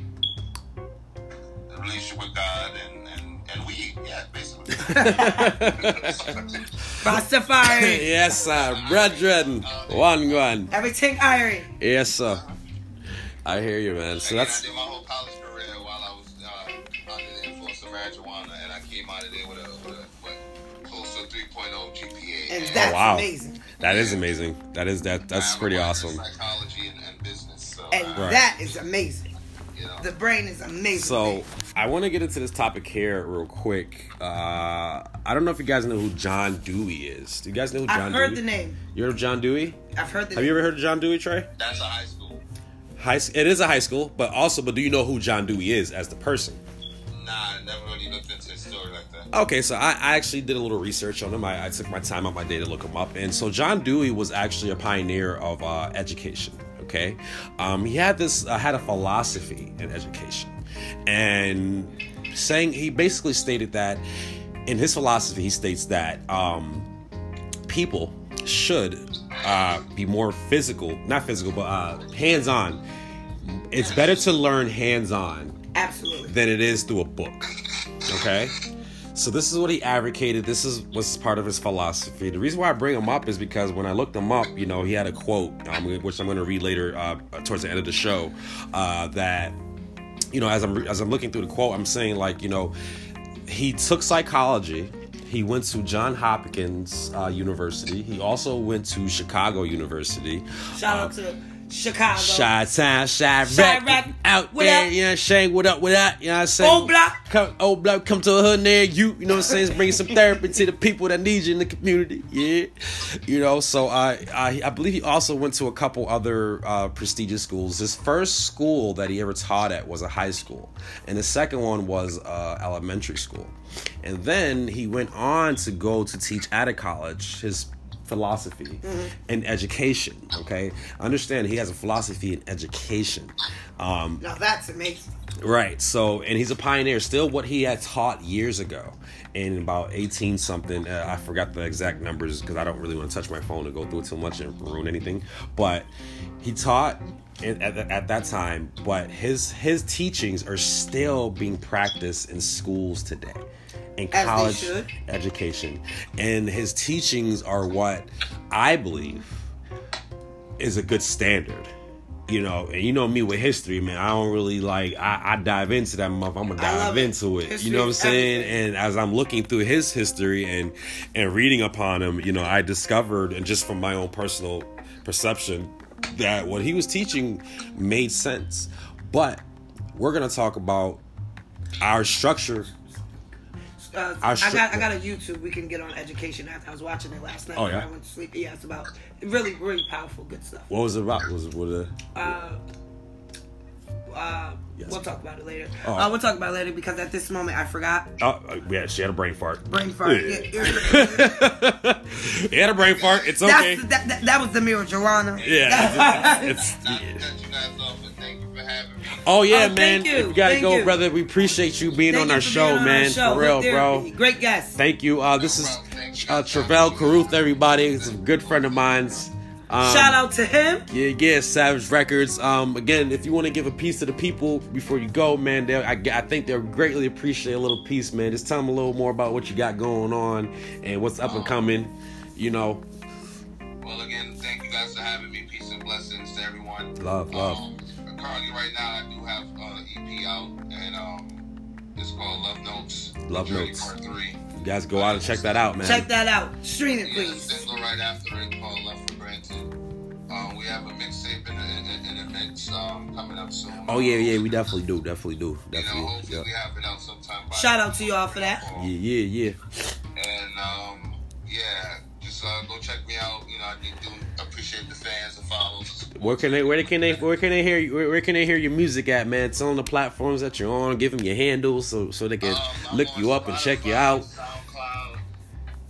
C: a relationship with God and and, and we yeah basically.
B: Rastafari.
A: yes, sir, brethren. One, one.
B: Everything iron.
A: Yes, sir. I hear you, man. So
C: Again, I
A: that's
C: did my whole college career while I was uh, under the influence of marijuana and I came out of there with a, with a with close to 3.0 GPA
B: And that's
A: wow.
B: amazing.
A: that is amazing. That is that that's
C: I'm
A: pretty
C: a minor in
A: awesome.
C: Psychology and, and business. So
B: And
C: I,
A: Right.
B: that is amazing.
C: you know,
B: The brain is amazing.
A: So I want to get into this topic here real quick. Uh, I don't know if you guys know who John Dewey is. Do you guys know who John
B: I've heard
A: Dewey?
B: the name.
A: You heard of John Dewey?
B: I've heard
A: Have
B: the name.
A: you ever heard of John Dewey, Trey?
C: that's a high school.
A: High, s- it is a high school, but also, but do you know who John Dewey is as the person?
C: Nah, I never really looked into his story like that.
A: Okay, so I, I actually did a little research on him. I, I took my time out my day to look him up. And so John Dewey was actually a pioneer of uh, education. Okay, um, he had this uh, had a philosophy in education, and saying he basically stated that in his philosophy he states that um, people should uh, be more physical, not physical, but uh, hands on. It's better to learn hands on
B: Absolutely.
A: than it is through a book. Okay? So this is what he advocated. This is was part of his philosophy. The reason why I bring him up is because when I looked him up, you know, he had a quote, um, which I'm going to read later uh, towards the end of the show, uh, that you know, as I'm re- as I'm looking through the quote, I'm saying like, you know, he took psychology. He went to John Hopkins uh, University. He also went to Chicago University.
B: Shout out to Chicago.
A: Shy Town, Shy
B: Chi-Rec,
A: Rack, out
B: what
A: there,
B: up?
A: you know what I'm saying? What up, what up, you know what I'm saying?
B: Old block.
A: Come, old block, come to a hood near you, you know what I'm saying? Bring some therapy to the people that need you in the community, yeah. You know, so I, I, I believe he also went to a couple other uh, prestigious schools. His first school that he ever taught at was a high school, and the second one was uh, elementary school. And then he went on to go to teach at a college. His philosophy and education. Okay, understand he has a philosophy in education. Um,
B: Now that's amazing.
A: right. So, and he's a pioneer. Still, what he had taught years ago in about eighteen something. Uh, I forgot the exact numbers because I don't really want to touch my phone and go through it too much and ruin anything. But he taught. in- At, at that time, but his his teachings are still being practiced in schools today, in
B: As they
A: college
B: should.
A: education, and his teachings are what I believe is a good standard. You know, and you know me with history, man. I don't really like I, I dive into that muff. I'm gonna
B: I love
A: dive
B: it.
A: into it.
B: History
A: you know what I'm
B: is
A: saying?
B: everything.
A: And as I'm looking through his history and and reading upon him, you know, I discovered and just from my own personal perception that what he was teaching made sense. But we're gonna talk about our structure.
B: Uh,
A: I
B: I,
A: stri-
B: got I got a YouTube we can get on education after I was watching it last night.
A: Oh,
B: when
A: yeah?
B: I went to sleep. Yeah, it's about really really powerful good stuff.
A: What was it about? Was it what? Uh,
B: Uh, Uh,
A: Yes.
B: We'll talk about it later.
A: Oh.
B: Uh, we'll talk about it later because at this moment I forgot.
A: Oh, yeah, she had a brain fart.
B: Brain fart.
A: Yeah.
B: Yeah,
A: he had a brain fart. It's
B: That's,
A: okay.
B: that, that, that was the mirror, Joanna.
A: yeah, it's,
C: Not
A: it's-
C: to
A: yeah.
C: cut you guys off, but thank you for having me.
A: Oh yeah,
B: Oh, thank
A: man.
B: you.
A: If you gotta
B: Thank
A: go,
B: you.
A: brother. We appreciate you being
B: Thank
A: on
B: you
A: our
B: for
A: show,
B: being on
A: man.
B: our show.
A: for real,
B: Hood Therapy.
A: bro.
B: Great guest.
A: Thank you. Uh, this is uh, Travell Caruth, everybody. He's a good friend of mine's. Um,
B: Shout out to him.
A: Yeah, yeah, Savage Records. Um, again, if you want to give a piece to the people before you go, man, they'll- I, I think they'll greatly appreciate a little piece, man. Just tell them a little more about what you got going on and what's up and coming. You know,
C: Well, again, thank you guys for having me. Peace and blessings to everyone.
A: Love, love.
C: Um, currently, right now, I do have uh, EP out, and um, it's called Love Notes.
A: Love
C: Journey
A: Notes.
C: Part Three.
A: you guys go out and check that out, man.
B: Check that out. Stream it,
C: Yeah,
B: please.
C: single right after it called Love for Granted. Um, we have a mixtape and a- and an event um, coming up soon.
A: Oh yeah, yeah, we definitely do, definitely do,
C: You know,
A: definitely.
C: hopefully
A: Yeah,
C: we have it out sometime. By
B: Shout out to y'all for that.
A: yeah, yeah. yeah.
C: And um, yeah, just uh, go check me out. You know, I do- do appreciate the fans, the follows.
A: Where can they? Where can they? Where can they hear? You, where, where can they hear your music at, man? Tell them the platforms that you're on. Give them your handles so so they can
C: Um,
A: look
C: I'm on
A: you up and check you
C: Spotify,
A: out.
C: SoundCloud,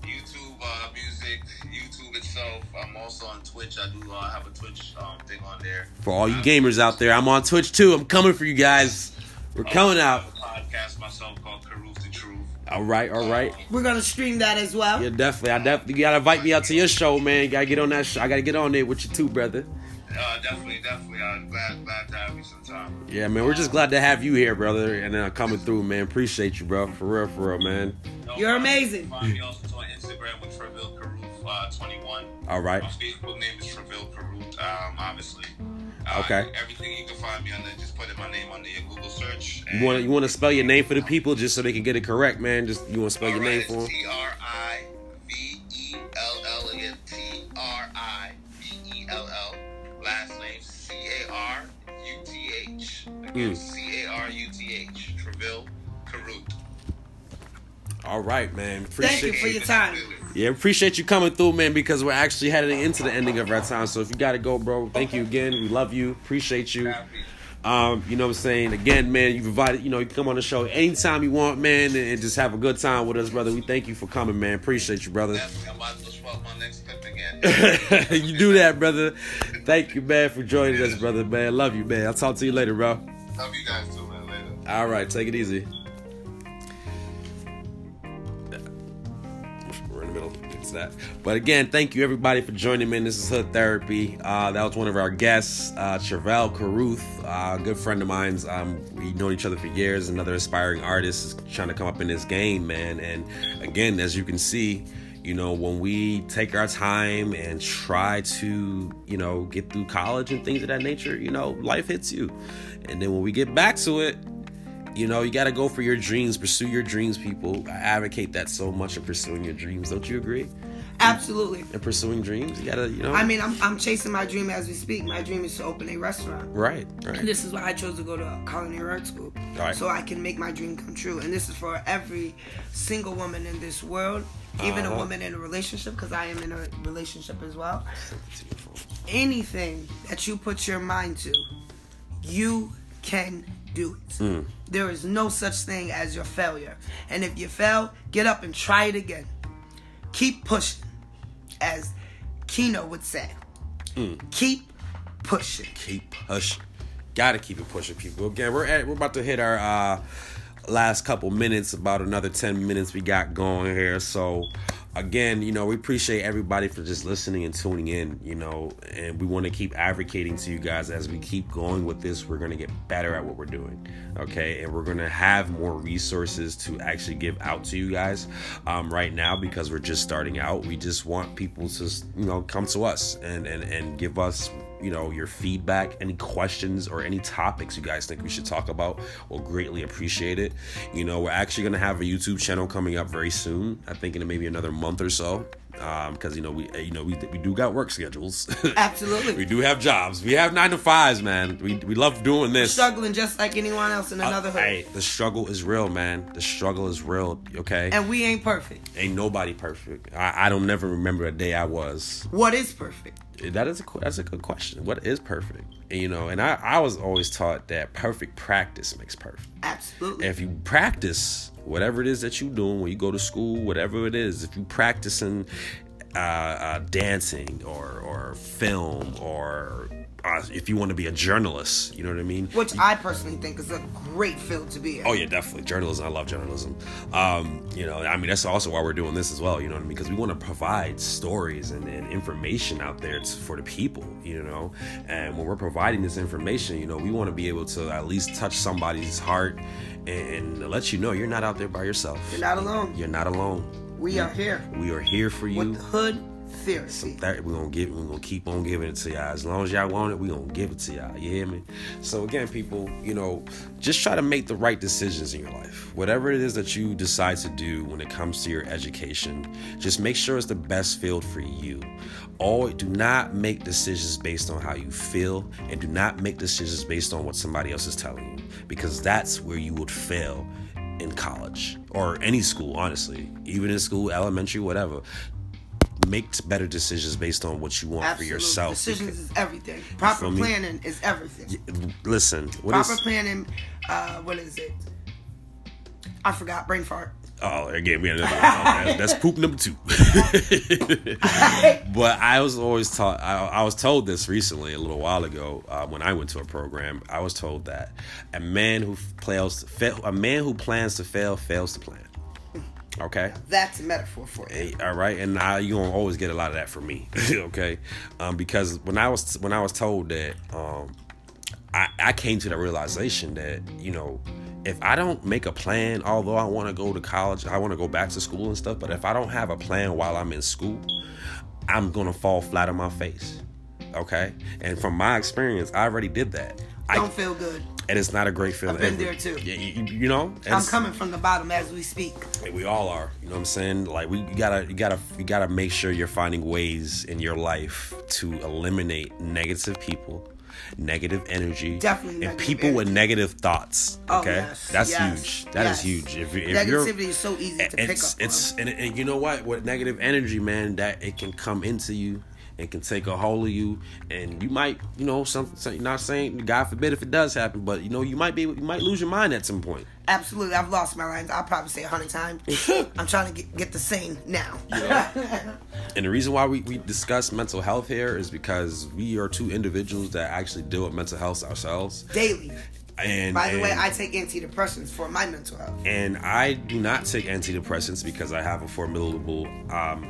C: YouTube uh, music, YouTube itself. I'm also on Twitch. I do uh, have a Twitch um, thing on there.
A: For all you gamers out there, I'm on Twitch too. I'm coming for you guys. We're coming
C: I
A: out.
C: have a podcast myself called Caruth the Truth.
A: All right, all right.
B: We're gonna stream that as well.
A: Yeah, definitely. I definitely you gotta invite me out to your show, man. You gotta get on that. Show. I gotta get on there with you too, brother.
C: Uh, definitely, definitely. I'm glad, glad to have you sometime.
A: Yeah, man. We're just glad to have you here, brother, and uh, coming through, man. Appreciate you, bro. For real, for real, man.
C: No
B: You're
C: problem.
B: amazing.
C: Find me also on Instagram with Traville Caruth uh, 21.
A: All right.
C: My Facebook name is Traville Perut, um, obviously. Uh,
A: Okay.
C: Everything you can find me under, just put in my name under your Google search.
A: You want to you want to spell your name for the people just so they can get it correct, man. Just you want to spell your name for them.
C: T R I V E L L again. T R I V E L L. Last name C A R U T H.
A: Mm.
C: Again, C A R U T H. Traville Perut.
A: All right, man. Appreciate
B: Thank you for your time.
A: Yeah, appreciate you coming through, man, because we're actually heading into the ending of our time. So if you gotta go, bro, thank you again. We love you. Appreciate you. Um, you know what I'm saying? Again, man, you've invited, you know, you can come on the show anytime you want, man, and, and just have a good time with us, brother. We thank you for coming, man. Appreciate you, brother.
C: Definitely, I might as well swap my next clip again.
A: you do that, brother. Thank you, man, for joining us, brother, man. Love you, man. I'll talk to you later, bro.
C: Love you guys too, man. Later.
A: All right, take it easy. We're in the middle. It's that. But again, thank you everybody for joining me. This is Hood Therapy. Uh, that was one of our guests, uh, Chevelle Caruth, uh, a good friend of mine's. Um, we've known each other for years. Another aspiring artist is trying to come up in this game, man. And again, as you can see, you know, when we take our time and try to, you know, get through college and things of that nature, you know, life hits you. And then when we get back to it, you know, you got to go for your dreams, pursue your dreams, people. I advocate that so much of pursuing your dreams. Don't you agree?
B: Absolutely.
A: And pursuing dreams, you got to, you know.
B: I mean, I'm, I'm chasing my dream as we speak. My dream is to open a restaurant.
A: right, right.
B: And this is why I chose to go to culinary art school.
A: Right.
B: So I can make my dream come true. And this is for every single woman in this world, even
A: Uh-huh.
B: a woman in a relationship, because I am in a relationship as well. anything that you put your mind to, you can do it.
A: Hmm.
B: There is no such thing as your failure. And if you fail, get up and try it again. Keep pushing, as Kino would say.
A: Hmm.
B: Keep pushing.
A: Keep pushing. Got to keep it pushing, people. Again, we're at, we're about to hit our uh, last couple minutes, about another ten minutes we got going here. So, again, you know, we appreciate everybody for just listening and tuning in. You know, and we want to keep advocating to you guys as we keep going with this. We're gonna get better at what we're doing, okay? And we're gonna have more resources to actually give out to you guys um, right now because we're just starting out. We just want people to, you know, come to us and and and give us you know your feedback any questions or any topics you guys think we should talk about we'll greatly appreciate it you know we're actually going to have a youtube channel coming up very soon i think in maybe another month or so because you know we you know we, we do got work schedules we
B: Absolutely.
A: do have jobs we have nine to fives man we, we love doing this Uh,
B: Struggling just like anyone else in another hood.
A: Hey, the struggle is real man the struggle is real okay
B: And we ain't perfect.
A: ain't nobody perfect i, I don't never remember a day i was
B: What is perfect?
A: that is a que- that's a good question. What is perfect? And, you know, and I I was always taught that perfect practice makes perfect.
B: Absolutely.
A: If you practice whatever it is that you're doing when you go to school, whatever it is, if you practicing uh, uh, dancing or or film or uh, if you want to be a journalist, you know what I mean.
B: Which I personally think is a great field to be in.
A: Oh yeah, definitely journalism. I love journalism. Um, you know, I mean that's also why we're doing this as well. You know what I mean? Because we want to provide stories and, and information out there to, for the people. You know, and when we're providing this information, you know, we want to be able to at least touch somebody's heart and, and let you know you're not out there by yourself.
B: You're not alone.
A: You're not alone.
B: We are here
A: We are here for you.
B: with the hood theory.
A: That we're gonna give we're gonna keep on giving it to y'all. As long as y'all want it, we're gonna give it to y'all. You hear me? So again, people, you know, just try to make the right decisions in your life. Whatever it is that you decide to do when it comes to your education, just make sure it's the best field for you. All do not make decisions based on how you feel and do not make decisions based on what somebody else is telling you. Because that's where you would fail in college or any school, honestly. Even in school, elementary, whatever make better decisions based on what you want
B: Absolute.
A: for yourself.
B: Decisions is everything. Proper
A: feel me?
B: planning is everything.
A: Because- Listen, what is?
B: Proper planning, uh, what is it? I forgot, brain fart.
A: Oh, again, we had another. that's, that's poop number two. but I was always taught. I, I was told this recently, a little while ago, uh, when I went to a program. I was told that a man who fails, fail, a man who plans to fail, fails to plan. Okay.
B: That's a metaphor for it.
A: Hey, all right and I, you gonna always get a lot of that from me okay um, because when i was when i was told that um, I, I came to the realization that you know if i don't make a plan although i want to go to college i want to go back to school and stuff but if i don't have a plan while i'm in school i'm gonna fall flat on my face okay and from my experience i already did that I,
B: Don't feel good.
A: and it's not a great feeling
B: been
A: It-
B: there too.
A: yeah, you, you know and
B: I'm
A: it's-
B: coming from the bottom as we speak.
A: like, we all are. You know what I'm saying? Like we you gotta you gotta you gotta make sure you're finding ways in your life to eliminate negative people, negative energy,
B: Definitely
A: and
B: negative
A: people with negative thoughts.
B: Oh,
A: Okay,
B: yes,
A: that's
B: yes,
A: huge. That is
B: yes.
A: huge. If, you- if you're
B: Negativity is so easy to pick
A: it's
B: up.
A: it's
B: on.
A: and, and you know what? With negative energy, man, that it can come into you. It can take a hold of you, and you might, you know, something. Some, not saying, God forbid, if it does happen, but you know, you might be, you might lose your mind at some point.
B: Absolutely, I've lost my lines. I'll probably say a hundred times. I'm trying to get, get the same now.
A: And the reason why we, we discuss mental health here is because we are two individuals that actually deal with mental health ourselves.
B: Daily.
A: And
B: By the way,
A: and-
B: I take antidepressants for my mental health.
A: and I do not take antidepressants because I have a formidable um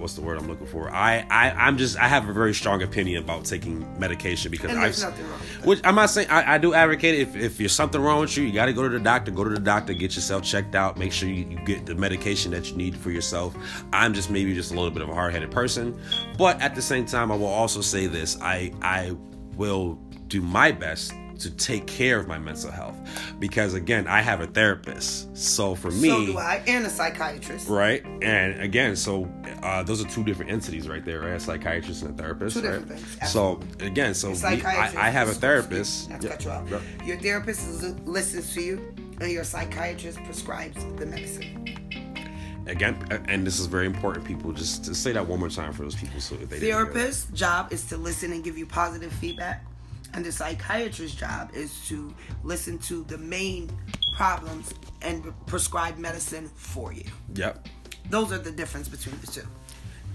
A: what's the word I'm looking for? I, I I'm just I have a very strong opinion about taking medication because
B: And
A: I
B: there's nothing wrong with that.
A: which I'm not saying I, I do advocate it. if if there's something wrong with you, you gotta go to the doctor, go to the doctor, get yourself checked out, make sure you, you get the medication that you need for yourself. I'm just maybe just a little bit of a hard headed person. But at the same time I will also say this. I I will do my best to take care of my mental health because again i have a therapist so for me
B: So do I, and a psychiatrist.
A: right and again so uh, those are two different entities right there right a psychiatrist and a therapist
B: Two
A: right?
B: different things,
A: so again so we,
B: Psychiatrist.
A: I, I have a therapist
B: Not to
A: Yeah,
B: cut you off.
A: yeah.
B: Your therapist is, listens to you, and your psychiatrist prescribes the medicine.
A: again uh, and this is very important people just to say that one more time for those people so that they didn't hear that.
B: Therapist's job is to listen and give you positive feedback, and the psychiatrist's job is to listen to the main problems and prescribe medicine for you.
A: yep
B: Those are the difference between the two.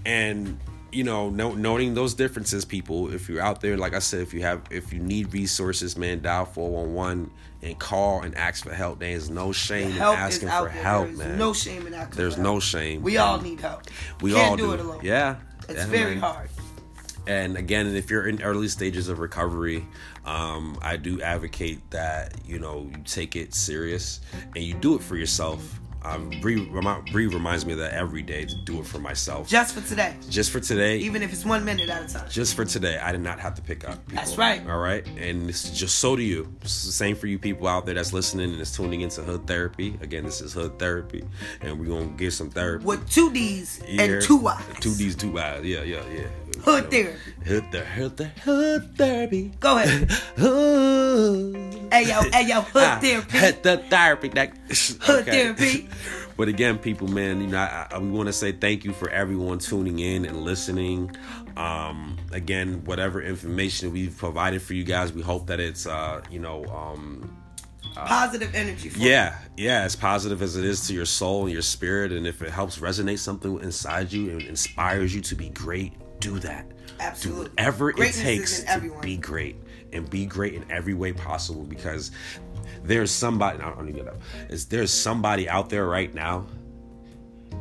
A: and you know no, noting those differences people if you're out there like i said if you have if you need resources man dial 411 and call and ask for help there's no shame in
B: Help
A: asking
B: is out
A: for
B: there.
A: help
B: There's
A: man
B: no shame in asking.
A: There's
B: for
A: no
B: help.
A: shame.
B: We all need help.
A: we
B: Can't
A: all
B: do, it alone.
A: yeah
B: It's
A: Yeah,
B: very
A: man.
B: hard.
A: and again if you're in early stages of recovery um, i do advocate that you know you take it serious and you do it for yourself um, Bree, remi- Bree reminds me of that every day to do it for myself
B: Just for today,
A: just for today
B: even if it's one minute at a time.
A: just for today, I did not have to pick up. people.
B: That's right.
A: All right. And this is just so to you. This is the same for you people out there that's listening and is tuning into Hood Therapy. Again, this is Hood Therapy. And we're going to get some therapy.
B: With two D's
A: here.
B: and two Y's.
A: Two D's, two Y's. Yeah, yeah, yeah.
B: Hood
A: You know,
B: therapy.
A: Hood, the, hood, the, hood Therapy.
B: Go ahead.
A: Hood.
B: Hey yo, hey yo, hood
A: Ah,
B: therapy.
A: Hood the therapy. That,
B: Hood
A: Okay.
B: therapy.
A: But again, people, man, you know, I, I, we want to say thank you for everyone tuning in and listening. Um, again, whatever information we've provided for you guys, we hope that it's, uh, you know, um,
B: Positive energy. For
A: yeah, yeah, as positive as it is to your soul and your spirit, and if it helps resonate something inside you and inspires you to be great, do that.
B: Absolutely.
A: Do whatever it
B: Greatness is
A: takes
B: in
A: to
B: everyone.
A: be great and be great in every way possible because there's somebody, I don't even get up, is there's somebody out there right now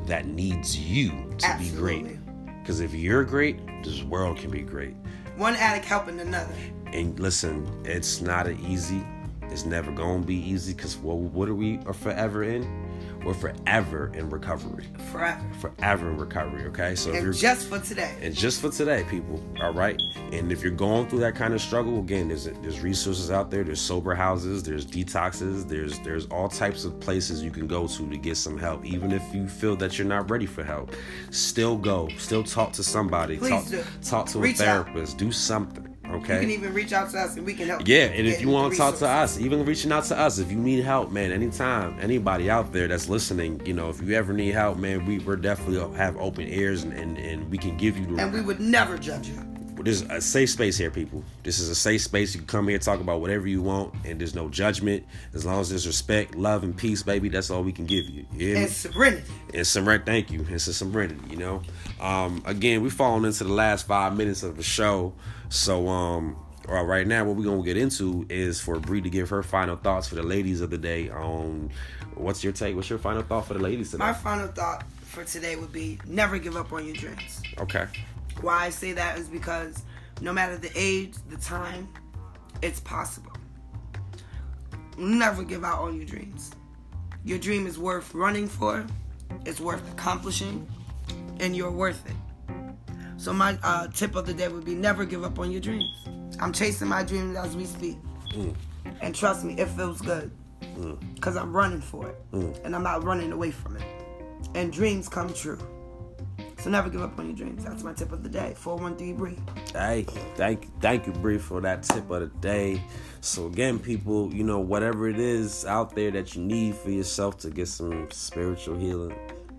A: that needs you to be
B: Absolutely.
A: great. Because if you're great, this world can be great.
B: One addict helping another.
A: And listen, it's not an easy. It's never gonna be easy because what what are we are forever in? We're forever in recovery.
B: Forever.
A: Forever in recovery. Okay, so if
B: And
A: you're
B: just for today.
A: and just for today, people. All right. And if you're going through that kind of struggle, again, there's there's resources out there. There's sober houses. There's detoxes. There's there's all types of places you can go to to get some help. Even if you feel that you're not ready for help, still go. Still talk to somebody.
B: Please
A: talk,
B: do.
A: talk to
B: Reach
A: a
B: out.
A: therapist. Do something. Okay.
B: You can even reach out to us and we can help.
A: Yeah, and if
B: get
A: you want to talk to
B: resources.
A: us, even reaching out to us, if you need help, man, anytime, anybody out there that's listening, you know, if you ever need help, man, we, we're definitely have open ears and, and, and we can give you the
B: And we would never judge you.
A: There's a safe space here, people. This is a safe space. You can come here, talk about whatever you want, and there's no judgment. As long as there's respect, love, and peace, baby, that's all we can give you. You hear me?
B: And serenity.
A: and serenity. Thank you. It's a serenity, you know. Um, again, we've fallen into the last five minutes of the show, so um, all right, right now, what we're gonna get into is for Bree to give her final thoughts for the ladies of the day. On what's your take? What's your final thought for the ladies
B: My
A: today?
B: final thought for today would be never give up on your dreams.
A: Okay.
B: Why I say that is because no matter the age, the time, it's possible. Never give out on your dreams. Your dream is worth running for, it's worth accomplishing, and you're worth it. So, my uh, tip of the day would be never give up on your dreams. I'm chasing my dreams as we speak. And trust me, it feels good. Because I'm running for it. And I'm not running away from it. And dreams come true. So never give up on your dreams. That's my tip of the day. 413 Bree.
A: Hey, thank thank you, Bree, for that tip of the day. So again, people, you know, whatever it is out there that you need for yourself to get some spiritual healing,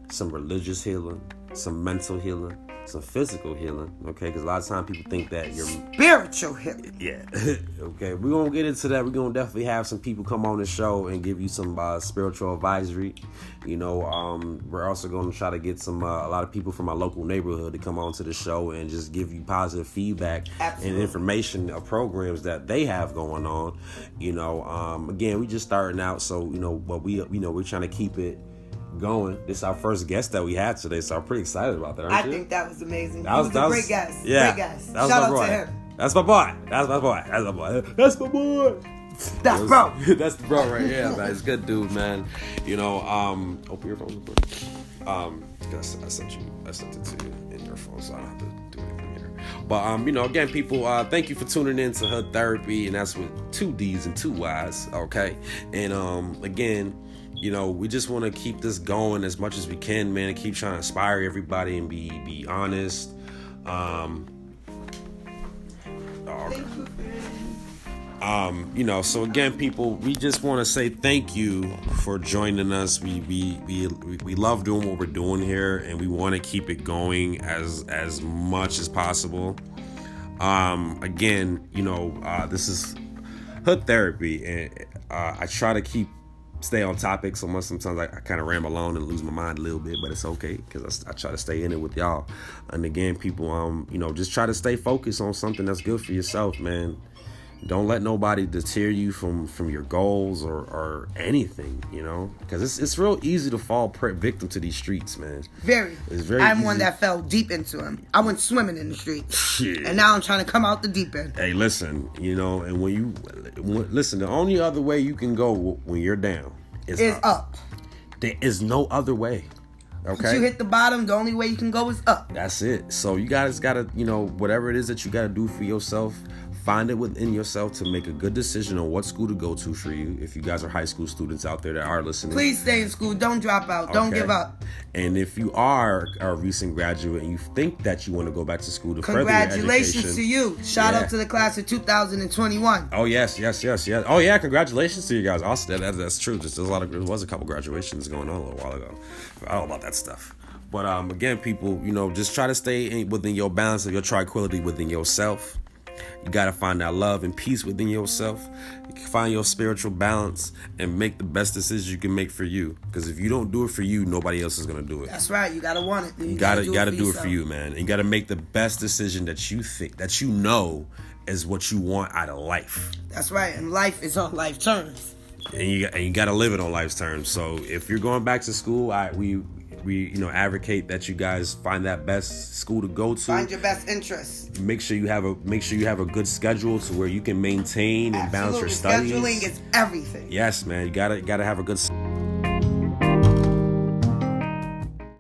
A: some religious healing, some mental healing, some physical healing. Okay, because a lot of time people think that you're
B: Spiritual healing.
A: yeah. okay, we're gonna get into that. We're gonna definitely have some people come on the show and give you some uh, spiritual advisory. You know, um, we're also gonna try to get some uh, a lot of people from our local neighborhood to come on to the show and just give you positive feedback
B: Absolutely.
A: and information of programs that they have going on. You know, um, again, we just starting out, so you know, but we you know we're trying to keep it going. This is our first guest that we had today, so I'm pretty excited about that. Aren't
B: I
A: you?
B: think that was amazing.
A: That
B: he
A: was,
B: was,
A: that
B: a
A: was-
B: great guest.
A: Yeah,
B: Great guest.
A: That was
B: Shout
A: my
B: out
A: boy.
B: to him.
A: That's my boy. That's my boy. That's my boy. That's my boy.
B: That's bro.
A: That's the bro right here, man. It's good dude, man. You know, um, open your phone. real quick. Um, 'cause I, sent- I sent you, I sent it to you in your phone, so I don't have to do anything here. But um, you know, again, people, uh, thank you for tuning in to Hood Therapy, and that's with two D's and two Y's, okay? And um, again you know, we just want to keep this going as much as we can, man, and keep trying to inspire everybody and be be honest. Um, oh, okay. um, you know, so again, people, we just want to say thank you for joining us. We we we we love doing what we're doing here, and we want to keep it going as as much as possible. Um, again, you know, uh, this is hood therapy and uh, i try to keep stay on topic so much sometimes i, I kind of ramble on and lose my mind a little bit but it's okay because I, I try to stay in it with y'all and again people um you know just try to stay focused on something that's good for yourself man don't let nobody deter you from from your goals or or anything you know because it's, it's real easy to fall pre- victim to these streets man
B: Very.
A: It's very
B: I'm one
A: easy.
B: that fell deep into him. I went swimming in the street.
A: Shit.
B: And now I'm trying to come out the deep end.
A: hey listen you know and when you when, listen the only other way you can go when you're down is
B: Is
A: up.
B: up.
A: There is no other way.
B: Once You
A: Okay.
B: hit the bottom, the only way you can go is up.
A: That's it. So you guys gotta, you know, whatever it is that you gotta do for yourself, Find it within yourself to make a good decision on what school to go to for you. If you guys are high school students out there that are listening,
B: Please stay in school. Don't drop out. Don't
A: Okay.
B: give up.
A: And if you are a recent graduate and you think that you want to go back to school to further your
B: Congratulations to
A: education-
B: you. Shout
A: Yeah.
B: out to the class of 2021.
A: Oh yes, yes, yes, yes. Oh yeah, congratulations to you guys. Also, that, that- that's true. Just there's a lot of there was a couple graduations going on a little while ago. I don't know about that stuff. But um, again, people, you know, just try to stay in, within your balance of your tranquility within yourself. You gotta find that love and peace within yourself. Find your spiritual balance and make the best decisions you can make for you. Because if you don't do it for you, nobody else is gonna do it.
B: That's right. You gotta want it. You,
A: You gotta, gotta do it
B: yourself.
A: for you, man. And you gotta make the best decision that you think that you know is what you want out of life
B: That's right. And life is on life terms.
A: and you and you got to live it on life's terms. So if you're going back to school, I we we you know advocate that you guys find that best school to go to.
B: Find your best interests.
A: make sure you have a make sure you have a good schedule to where you can maintain and balance your
B: Absolutely.
A: studies.
B: Scheduling is everything.
A: yes, man, you gotta gotta have a good. s-